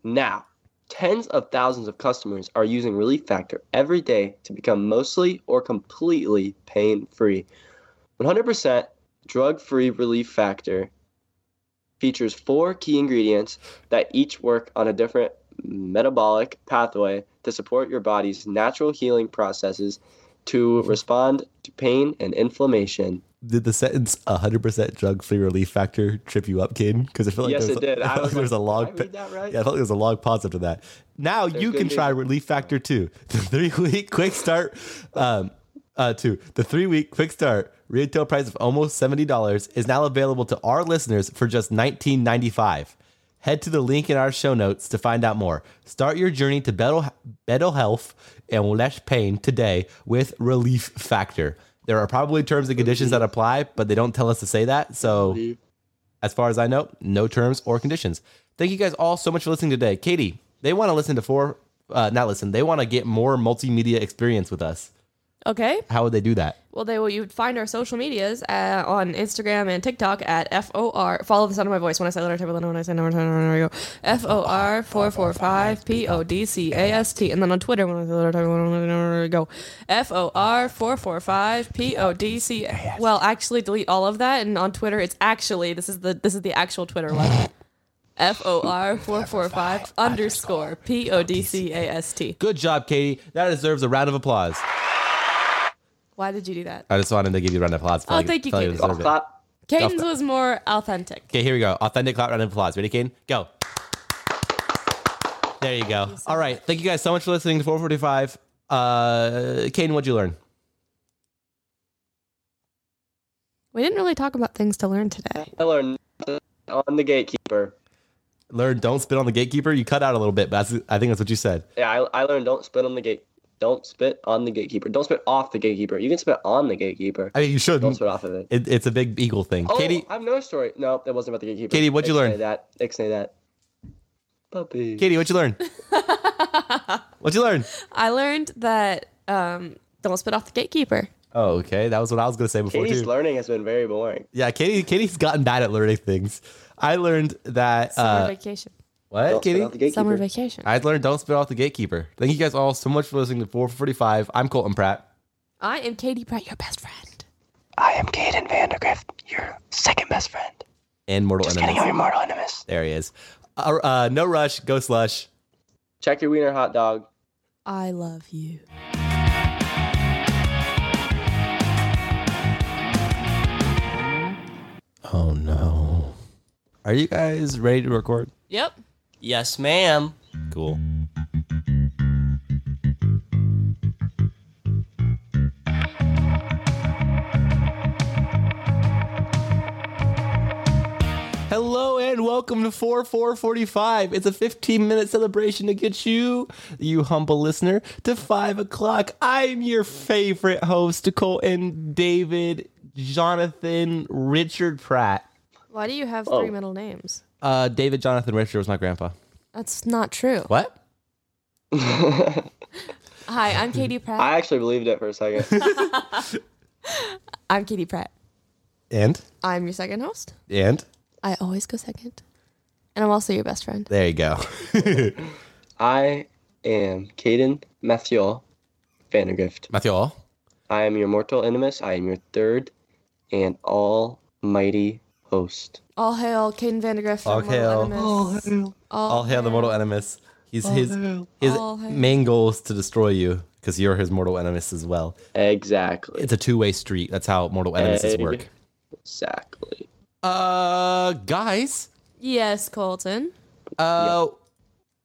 Now, tens of thousands of customers are using Relief Factor every day to become mostly or completely pain free. 100% drug free Relief Factor features four key ingredients that each work on a different metabolic pathway to support your body's natural healing processes to Mm-hmm. respond to pain and inflammation. Did the sentence 100% drug free relief factor trip you up, Kaden? Because I feel like Yes, there's, it [LAUGHS] did. I I felt like was there's a like, long. did I read that right? Yeah, I felt like there's a long pause after that. Now There you could can be. try Relief Factor two, [LAUGHS] the three week quick start. Um, uh, two, the three week quick start retail price of almost seventy dollars is now available to our listeners for just nineteen ninety five. Head to the link in our show notes to find out more. Start your journey to better, better health and less pain today with Relief Factor. There are probably terms and conditions that apply, but they don't tell us to say that. So, as far as I know, no terms or conditions. Thank you guys all so much for listening today. Katie, they want to listen to four, uh, not listen, they want to get more multimedia experience with us. Okay. How would they do that? Well, they will. You'd find our social medias uh, on Instagram and TikTok at FOR. Follow the sound of my voice when I say letter, type of letter, when I say number, type of letter, there we go. FOR 445 PODCAST. And then on Twitter when I say letter, type of letter, when I say number, there we go. FOR 445 PODCAST. Well, actually, delete all of that. And on Twitter, it's actually, this is the this is the actual Twitter one. FOR 445 underscore PODCAST. Good job, Katie. That deserves a round of applause. Why did you do that? I just wanted to give you a round of applause. Oh, thank you, felt Katie. deserved it. Caden's was more authentic. Okay, here we go. Authentic clap round of applause. Ready, Kane? Go. There you go. All right. Thank you guys so much for listening to 445. Uh, Kane, what'd you learn? We didn't really talk about things to learn today. I learned on the gatekeeper. Learn don't spit on the gatekeeper. You cut out a little bit, but that's, I think that's what you said. Yeah, I, I learned don't spit on the gate. Don't spit on the gatekeeper. Don't spit off the gatekeeper. You can spit on the gatekeeper. I mean, you Don't shouldn't. spit off of it. It, it's a big eagle thing. Oh, Katie, I have another story. No, that wasn't about the gatekeeper. Katie, what'd you Ixnay learn? That ixnay that puppy. Katie, what'd you learn? what'd you learn? [LAUGHS] I learned that um, don't spit off the gatekeeper. [LAUGHS] Oh, okay. That was what I was going to say before, Katie's too. learning has been very boring. yeah, Katie, Katie's gotten bad at learning things. I learned that. Summer Uh, vacation. what, Katie? Summer vacation. I learned don't spit off the gatekeeper. Thank you guys all so much for listening to 445. I'm Colton Pratt. I am Katie Pratt, your best friend. I am Caden Vandergrift, your second best friend. and Mortal Just Enemies. kidding, I'm your mortal enemies. There he is. Uh, uh, no rush, go slush. Check your wiener hot dog. [LAUGHS] I love you. Oh no. Are you guys ready to record? Yep. Yes, ma'am. Cool. Hello and welcome to 4445. It's a 15 minute celebration to get you, you humble listener, to 5 o'clock. I'm your favorite host, Colton David Jonathan Richard Pratt. Why do you have Oh. three middle names? Uh, David Jonathan Richard was my grandpa. That's not true. What? Hi, I'm Katie Pratt. I actually believed it for a second. [LAUGHS] I'm Katie Pratt. And? I'm your second host. And? I always go second. And I'm also your best friend. There you go. I am Caden Mathiol Vandergift. Mathiol. I am your mortal inimus. I am your third and almighty host. All hail Caden Vandergriff. All hail. All hail. All hail the mortal enemies. He's All his hail. his All hail. main goal is to destroy you because you're his mortal enemies as well. Exactly. It's a two way street. That's how mortal enemies work. Exactly. Uh, guys. Yes, Colton. Uh,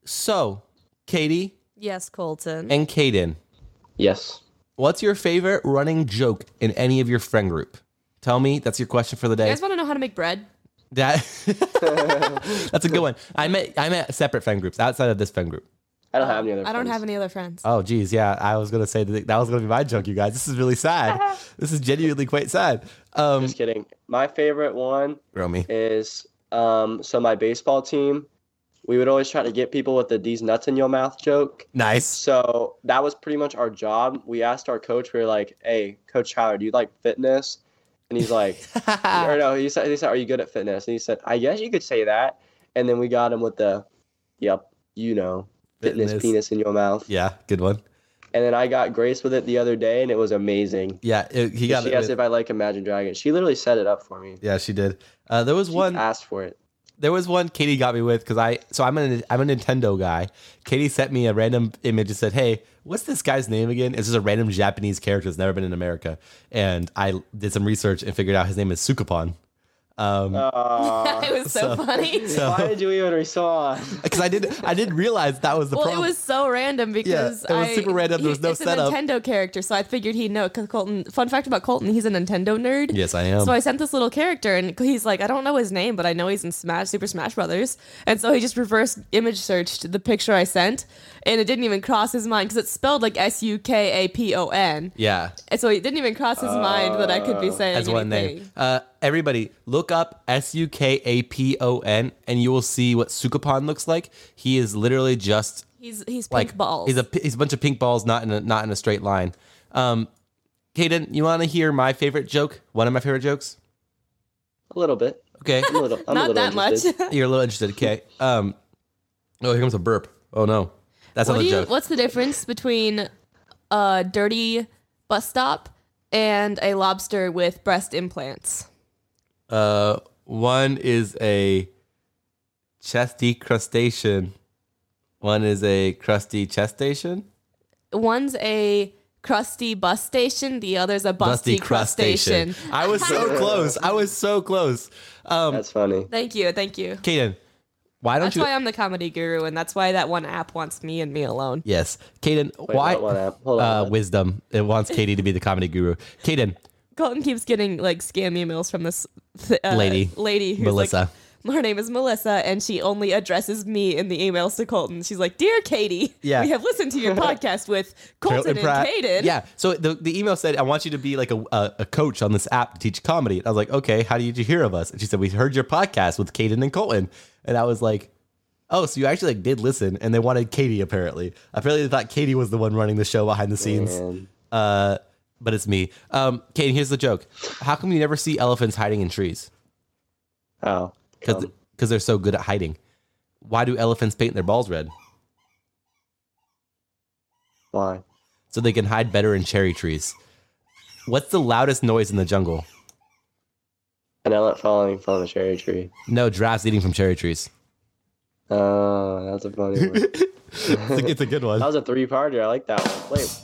so Katie Yes, Colton. and Kaden. Yes. What's your favorite running joke in any of your friend group? Tell me. That's your question for the day. you guys want to know how to make bread? That [LAUGHS] that's a good one. I met I met separate friend groups outside of this friend group. I don't have any other. I don't have any other friends. [LAUGHS] Oh, geez. Yeah. I was going to say that, that was going to be my joke, you guys. This is really [LAUGHS] sad. this is genuinely quite sad. Um, Just kidding. My favorite one Romy. is um, so my baseball team. We would always try to get people with the "these nuts in your mouth" joke. Nice. [LAUGHS] So that was pretty much our job. We asked our coach. We were like, "Hey, Coach Howard, do you like fitness?" And he's [LAUGHS] like, Ah. "Or no," he said, "He said, are you good at fitness?" And he said, "I guess you could say that." And then we got him with the, "Yep, you know, fitness Fitness. penis in your mouth." Yeah. Good one. And then I got Grace with it the other day, and it was amazing. Yeah. it- he got she it. asked with- if I like Imagine Dragons. She literally set it up for me. yeah, she did. Uh, there was one asked for it. There was one Katie got me with because I so I'm a I'm a Nintendo guy. Katie sent me a random image and said, "Hey, what's this guy's name again?" It's just a random Japanese character that's never been in America. And I did some research and figured out his name is Sukupon. Um, Oh. Uh, [LAUGHS] it was [LAUGHS] so, funny. Why did you even respond? because I did I didn't realize that was the well, problem. it was so random because it was I- super random. There he- was no it's setup. a Nintendo character, so I figured he'd know. Because Colton, fun fact about Colton, he's a Nintendo nerd. Yes, um, I am. So I sent this little character, and he's like, I don't know his name, but I know he's in Smash, Super Smash Brothers. And so he just reverse image searched the picture I sent, and it didn't even cross his mind because it's spelled like S U K A P O N. yeah. And so it didn't even cross his mind that I could Uh, be saying As one anything. name. Uh, everybody, look up S U K A P O N, and you will see what Sukupon looks like. He is literally just He's he's pink like balls. He's a p- he's a bunch of pink balls, not in a, not in a straight line. Um, Kaden, you want to hear my favorite joke? One of my favorite jokes. A little bit. [LAUGHS] Okay, I'm a little, I'm a little interested. You're a little interested. Okay. Um, oh, here comes a burp. Oh no, that's What not do a you- joke. What's the difference between a dirty bus stop and a lobster with breast implants? Uh, one is a chesty crustacean. One is a crusty chestation. One's a crusty bus station, the other's a busty, Busty crustacean. crustacean. I was so close. I was so close. Um, that's funny. Thank you, thank you. Kaden, why don't that's you? why I'm the comedy guru, and that's why that one app wants me and me alone. Yes, Kaden. Why? what app? Hold on, uh, wisdom. It wants Katie to be the comedy guru. Kaden, Colton keeps getting like scam emails from this th- uh, Lady. lady who's like, Melissa. her name is Melissa, and she only addresses me in the emails to Colton. She's like, "Dear Katie, Yeah. we have listened to your podcast with Colton and, Pratt. Kaden. Yeah. So the, the email said, I want you to be like a, a, a coach on this app to teach comedy. And I was like, okay, how did you hear of us? And she said, we heard your podcast with Kaden and Colton. And I was like, oh, so you actually like did listen. And they wanted Katie, apparently. Apparently, they thought Katie was the one running the show behind the scenes. Man. Uh, but it's me. Um, Kaden, here's the joke. How come you never see elephants hiding in trees? Oh. Because they're so good at hiding. Why do elephants paint their balls red? Why? So they can hide better in cherry trees. What's the loudest noise in the jungle? An elephant falling from a cherry tree. No, giraffes eating from cherry trees. Oh, that's a funny [LAUGHS] one. it's, a, it's a good one. That was a three-parter. I like that one. Wait,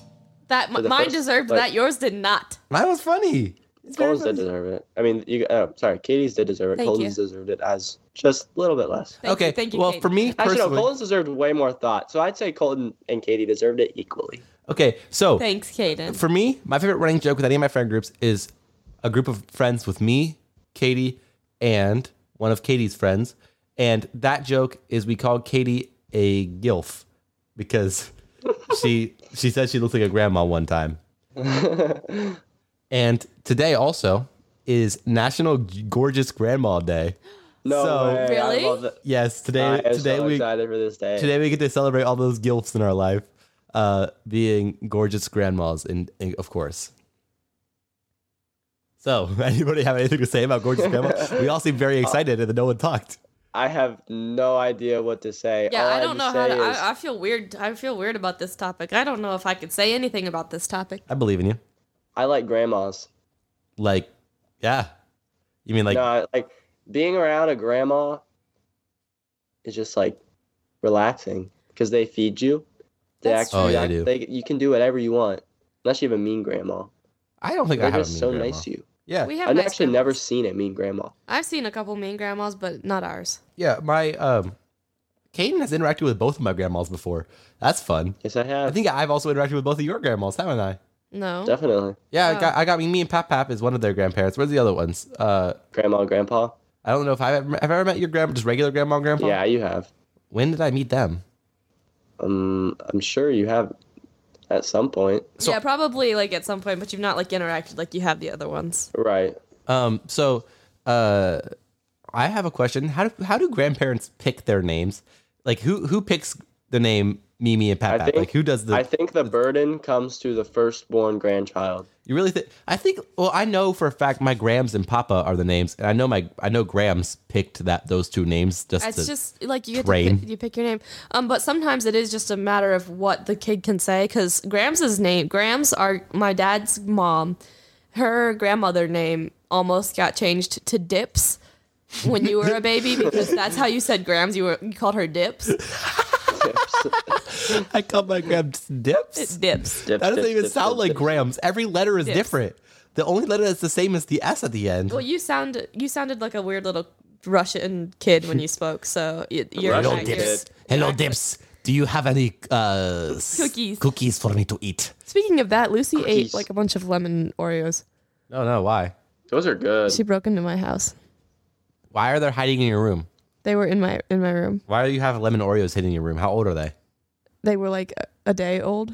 That For the mine first- deserved like- that. Yours did not. Mine was funny. Cole's did deserve it. I mean, you, oh, sorry, Katie's did deserve it. Thank Cole's deserved it as just a little bit less. Thank Okay, you- thank you, well, Katie. for me actually, no, personally- Cole's deserved way more thought. So I'd say Colton and Katie deserved it equally. [LAUGHS] Okay, so Thanks, Caden. for me, my favorite running joke with any of my friend groups is a group of friends with me, Katie, and one of Katie's friends. And that joke is we call Katie a gilf because she she said she looked like a grandma one time. And today also is National G- Gorgeous Grandma Day. No So- way. Really? I love that. Yes, I today am today so we excited for this day. Today we get to celebrate all those gilfs in our life, uh, being gorgeous grandmas, and, and of course. So, [LAUGHS] anybody have anything to say about gorgeous grandma? we all seem very excited, and then no one talked. I have no idea what to say. Yeah, All I don't know can how. To, say is- I, I feel weird. I feel weird about this topic. I don't know if I could say anything about this topic. I believe in you. I like grandmas. Like, yeah, you mean like no, like being around a grandma is just like relaxing because they feed you. They That's actually, true. Oh, yeah, they do. They, you can do whatever you want, unless you have a mean grandma. I don't think I They're have a just mean so grandma. nice to you. Yeah, We have I've nice actually never seen a mean grandma. I've seen a couple mean grandmas, but not ours. yeah, my um, Caden has interacted with both of my grandmas before. That's fun. Yes, I have. I think I've also interacted with both of your grandmas, haven't I? No. Definitely. Yeah, I got I got me, me and Pap Pap is one of their grandparents. Where's the other ones? Uh, grandma and grandpa. I don't know if I have have I ever met your grandma, just regular grandma and grandpa. Yeah, you have. When did I meet them? Um, I'm sure you have at some point. yeah, probably like at some point, but you've not like interacted like you have the other ones. Right. Um. So, uh, I have a question. How do how do grandparents pick their names? Like who who picks the name Mimi and Pap I Pap? think Like who does the? I think the burden comes to the firstborn grandchild. you really think? I think. Well, I know for a fact my Grams and Papa are the names, and I know my I know Grams picked that those two names just. it's to- just like you get to train. pick, you pick your name, um, but sometimes it is just a matter of what the kid can say. Because Gram's name, Gram's are my dad's mom. Her grandmother name almost got changed to Dips when you were a baby because that's how you said Grams. You were you called her Dips. I called my Grams dips. Dips. That doesn't even sound like Grams. Every letter is Dips. different. The only letter that's the same is the S at the end. Well, you sound you sounded like a weird little Russian kid when you spoke. So y- you're Hello, not- you're- Dips. Hello, Dips. Do you have any uh, s- Cookies. cookies for me to eat? Speaking of that, Lucy ate like a bunch of lemon Oreos. No, no. Why? Those are good. She broke into my house. Why are they hiding in your room? They were in my in my room. Why do you have lemon Oreos hidden in your room? How old are they? They were like a, a day old.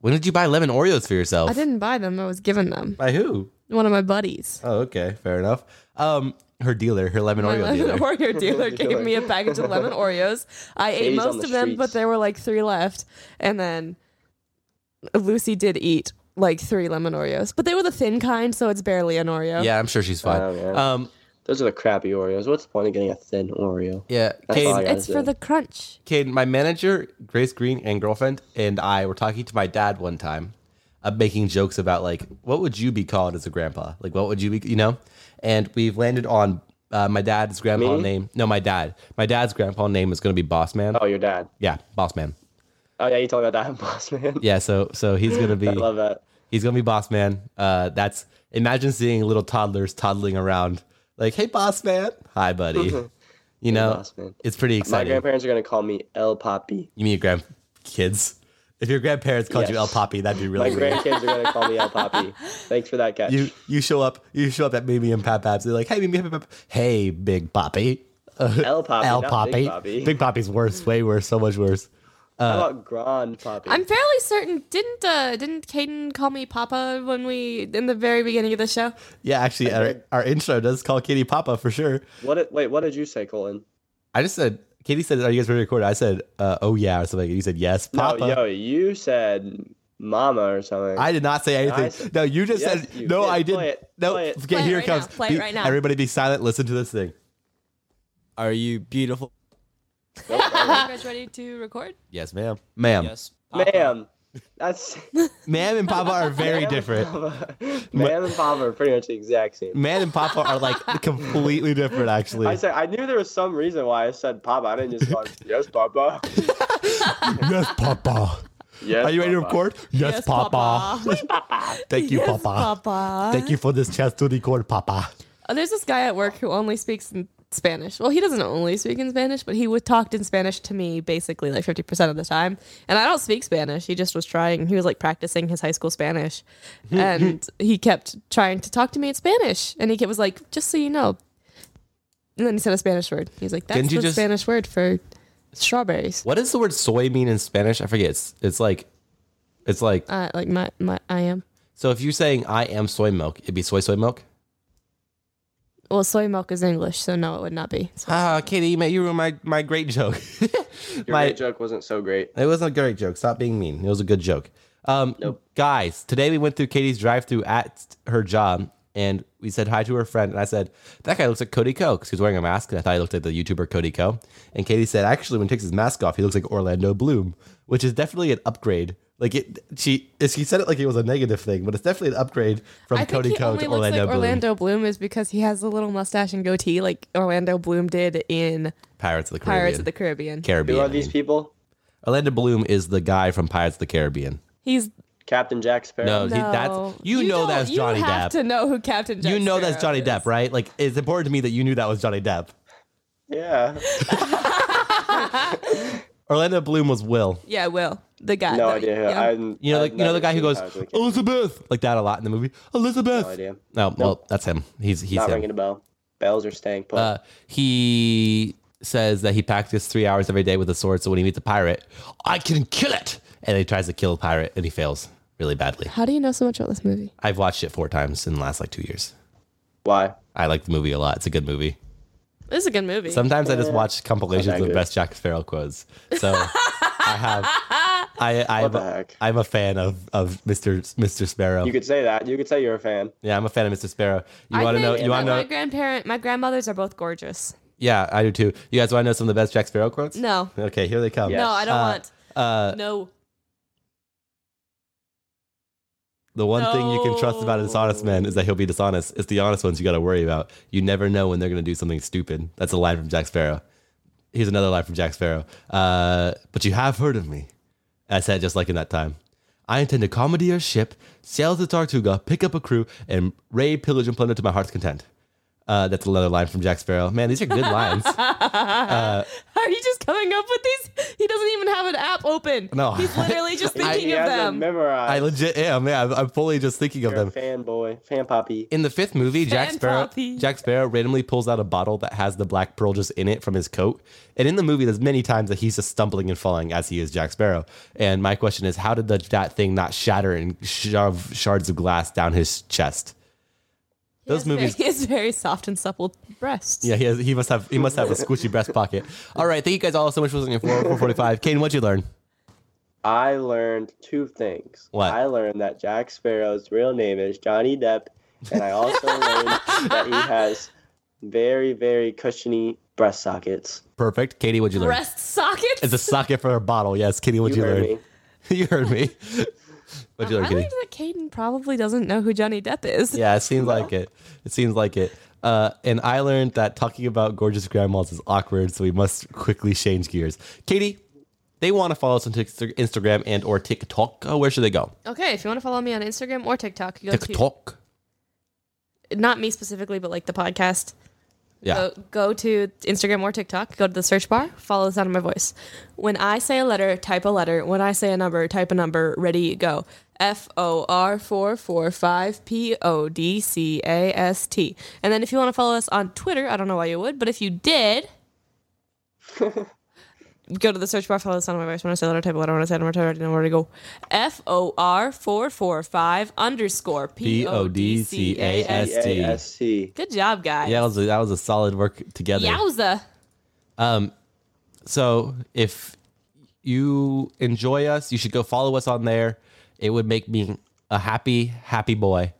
When did you buy lemon Oreos for yourself? I didn't buy them. I was given them. By who? One of my buddies. Oh, okay, fair enough. Um, her dealer, her lemon My Oreo lemon dealer. [LAUGHS] [LAUGHS] Oreo dealer gave me a package of lemon Oreos. I ate Katie's on most the of them, but streets. there were like three left. And then Lucy did eat like three lemon Oreos, but they were the thin kind, so it's barely an Oreo. Yeah, I'm sure she's fine. Oh, man. um, those are the crappy Oreos. What's the point of getting a thin Oreo? Oh, Yeah, That's all I gotta It's for say. the crunch. Caden, my manager, Grace Green, and girlfriend, and I were talking to my dad one time, uh, making jokes about like, what would you be called as a grandpa? Like, what would you be, you know? And we've landed on uh, my dad's grandpa Me? name. No, my dad. My dad's grandpa name is going to be Boss Man. Oh, your dad. Yeah, Boss Man. Oh yeah, you told me about that, [LAUGHS] boss man. Yeah, so so he's [LAUGHS] going to be. I love that. He's gonna be boss man. Uh, that's imagine seeing little toddlers toddling around, like, "Hey, boss man, [LAUGHS] hi, buddy." You know, it's pretty My exciting. grandparents are gonna call me El Papi. you mean your grand kids? If your grandparents called you El Yes. Poppy, that'd be My really weird. grandkids are gonna call me El [LAUGHS] Papi. Thanks for that catch. You you show up, you show up at Mimi and Pap Babs. They're like, "Hey, Mimi, Pap, Pap. hey, Big Poppy, El Papi, [LAUGHS] El not Poppy, Big Papi. Big Poppy's worse, way worse, so much worse." How Uh, about Grand Papi? I'm fairly certain. Didn't uh, didn't Caden call me Papa when we in the very beginning of the show? yeah, actually, our, our intro does call Kitty Papa for sure. What? Did, wait, what did you say, Colin? I just said, Katie said, "Are you guys ready to record?" I said, uh, "Oh yeah," or something. You said, "Yes, Papa." No, yo, you said Mama or something. I did not say No, I anything. said- no, you just Yes, said, you "No, did. I Play didn't." it. No, Play it. okay, Play it here right comes. now. Play it Be- right now. Everybody, be silent. Listen to this thing. Are you beautiful? [LAUGHS] Are you guys ready to record? Yes, ma'am. Ma'am. Yes. Ma'am. That's Ma'am and Papa are [LAUGHS] very different. [LAUGHS] Ma'am and Papa are pretty much the exact same. Man and Papa are like completely different, I actually. said I knew there was some [LAUGHS] reason why I said Papa. I didn't just go, yes, Papa. yes, Papa. Yes, Are you ready to Papa. record? Yes, Yes, Papa. Thank you, Yes, Papa. Papa. Thank you for this chance to record, Papa. Oh, there's this guy at work who only speaks in Spanish. Well, he doesn't only speak in Spanish, but he would talked in Spanish to me basically like 50% of the time. And I don't speak Spanish. He just was trying. He was like practicing his high [LAUGHS] school Spanish. and he kept trying to talk to me in Spanish. And he ke- was like, just so you know. And then he said a Spanish word. He's like, that's Didn't you the just- Spanish word for strawberries. What does the word soy mean in Spanish? I forget. It's, it's like, it's like. Uh, like my, my, I am. So if you're saying I am soy milk, it'd be soy soy milk. Well, soy milk is English, so no, it would not be. Ah, Katie, you, you ruined my, my great joke. [LAUGHS] Your great joke wasn't so great. It wasn't a great joke. Stop being mean. It was a good joke. Um, Guys, today we went through Katie's drive through at her job and we said hi to her friend. And I said, That guy looks like Cody Co. because he was wearing a mask. And I thought he looked like the YouTuber Cody Co. And Katie said, Actually, when he takes his mask off, he looks like Orlando Bloom, which is definitely an upgrade. Like it, she she said it like it was a negative thing, but it's definitely an upgrade from I think Cody he Co only to looks Orlando like Bloom. Orlando Bloom is because he has the little mustache and goatee like Orlando Bloom did in Pirates of the Caribbean. Pirates of the Caribbean. Caribbean. Who are these people? Orlando Bloom is the guy from Pirates of the Caribbean. He's Captain Jack Sparrow. No, he, that's you, know that's Johnny You have Depp. to know who Captain. Jack you know that's Sparrow Johnny is. Depp, right? Like it's important to me that you knew that was Johnny Depp. Yeah. Orlando Bloom was Will. Yeah, Will, the guy. Uh, No that- idea. who- yeah. I'm, You know, I've like you know never the guy who seen goes Pirates of the Caribbean. Elizabeth like that a lot in the movie. Elizabeth. No idea. No, well, that's him. He's he's Not him. ringing a bell. Bells are stank. But Uh, he says that he practiced three hours every day with a sword, so when he meets a pirate, I can kill it. And he tries to kill a pirate, and he fails really badly. How do you know so much about this movie? I've watched it four times in the last like two years. Why? I like the movie a lot. It's a good movie. This is a good movie. Sometimes I just Yeah. watch compilations of best Jack Sparrow quotes. So I have [LAUGHS] I I'm, I'm a fan of of Mr. Mr. Sparrow. you could say that. You could say you're a fan. yeah, I'm a fan of Mr. Sparrow. You I want to think know you that want to My know grandparent, my grandmothers are both gorgeous. Yeah, I do too. You guys want to know some of the best Jack Sparrow quotes? No. Okay, here they come. No, I don't Uh, want. uh no. [LAUGHS] The one thing you can trust about a dishonest man is that he'll be dishonest. It's the honest ones you got to worry about. You never know when they're going to do something stupid. That's a line from Jack Sparrow. Here's another line from Jack Sparrow. Uh, but you have heard of me. I said just like in that time. I intend to commandeer a ship, sail to Tartuga, pick up a crew, and raid, pillage, and plunder to my heart's content. Uh, that's another line from Jack Sparrow. Man, these are good lines. Uh, Are you just coming up with these? He doesn't even have an app open. No, he's literally [LAUGHS] just thinking he of hasn't them. memorized. I legit am. Yeah, I'm, I'm fully just thinking of them. fanboy, fan poppy. In the fifth movie, Jack Fan Sparrow poppy. Jack Sparrow randomly pulls out a bottle that has the black pearl just in it from his coat. And in the movie, there's many times that he's just stumbling and falling as he is Jack Sparrow. And my question is, how did the, that thing not shatter and shove shards of glass down his chest? Those movies. [LAUGHS] He has very soft and supple [LAUGHS] breasts. Yeah, he, has, he must have he must have a squishy breast pocket. All right, thank you guys all so much for listening. to 445. Kane, what'd you learn? I learned two things. What? I learned that Jack Sparrow's real name is Johnny Depp, and I [LAUGHS] also learned that he has very, very cushiony breast sockets. Perfect. Katie, what'd you learn? Breast sockets. It's a socket for a bottle. Yes, Katie, what'd you, You heard learn? [LAUGHS] you heard me. What'd you learn, I Katie? think that Caden probably doesn't know who Johnny Depp is. [LAUGHS] Yeah, it seems like it. It seems like it. Uh, and I learned that talking about gorgeous grandmas is awkward, so we must quickly change gears. Katie, they want to follow us on Tik- Instagram and or TikTok. Oh, where should they go? Okay, if you want to follow me on Instagram or TikTok, you go TikTok. to not me specifically, but like the podcast. Yeah. Go, go to Instagram or TikTok. Go to the search bar. Follow the sound of my voice. When I say a letter, type a letter. When I say a number, type a number. Ready, go. F O R four four five P O D C A S T. And then if you want to follow us on Twitter, I don't know why you would, but if you [LAUGHS] did, go to the search bar, follow the sound of my voice. When I say letter, type a letter. When I say a number, type a number. Ready, go. F O R four four five underscore P O D C A S T. P-O-D-C-A-S-T. Good job, guys. Yeah, that was a, that was a solid work together. Yowza. Um, so if you enjoy us, you should go follow us on there. It would make me a happy, happy boy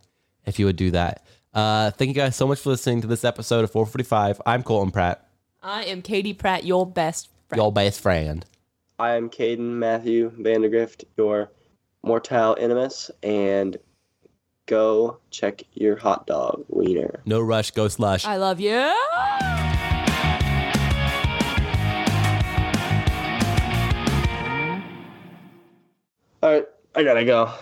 if you would do that. Uh, thank you guys so much for listening to this episode of 445. I'm Colton Pratt, I am Katie Pratt, your best friend. your best friend. I am Caden Matthew Vandergrift, your mortal inimus, and go check your hot dog wiener. No rush, go slush. I love you. All right, I gotta go.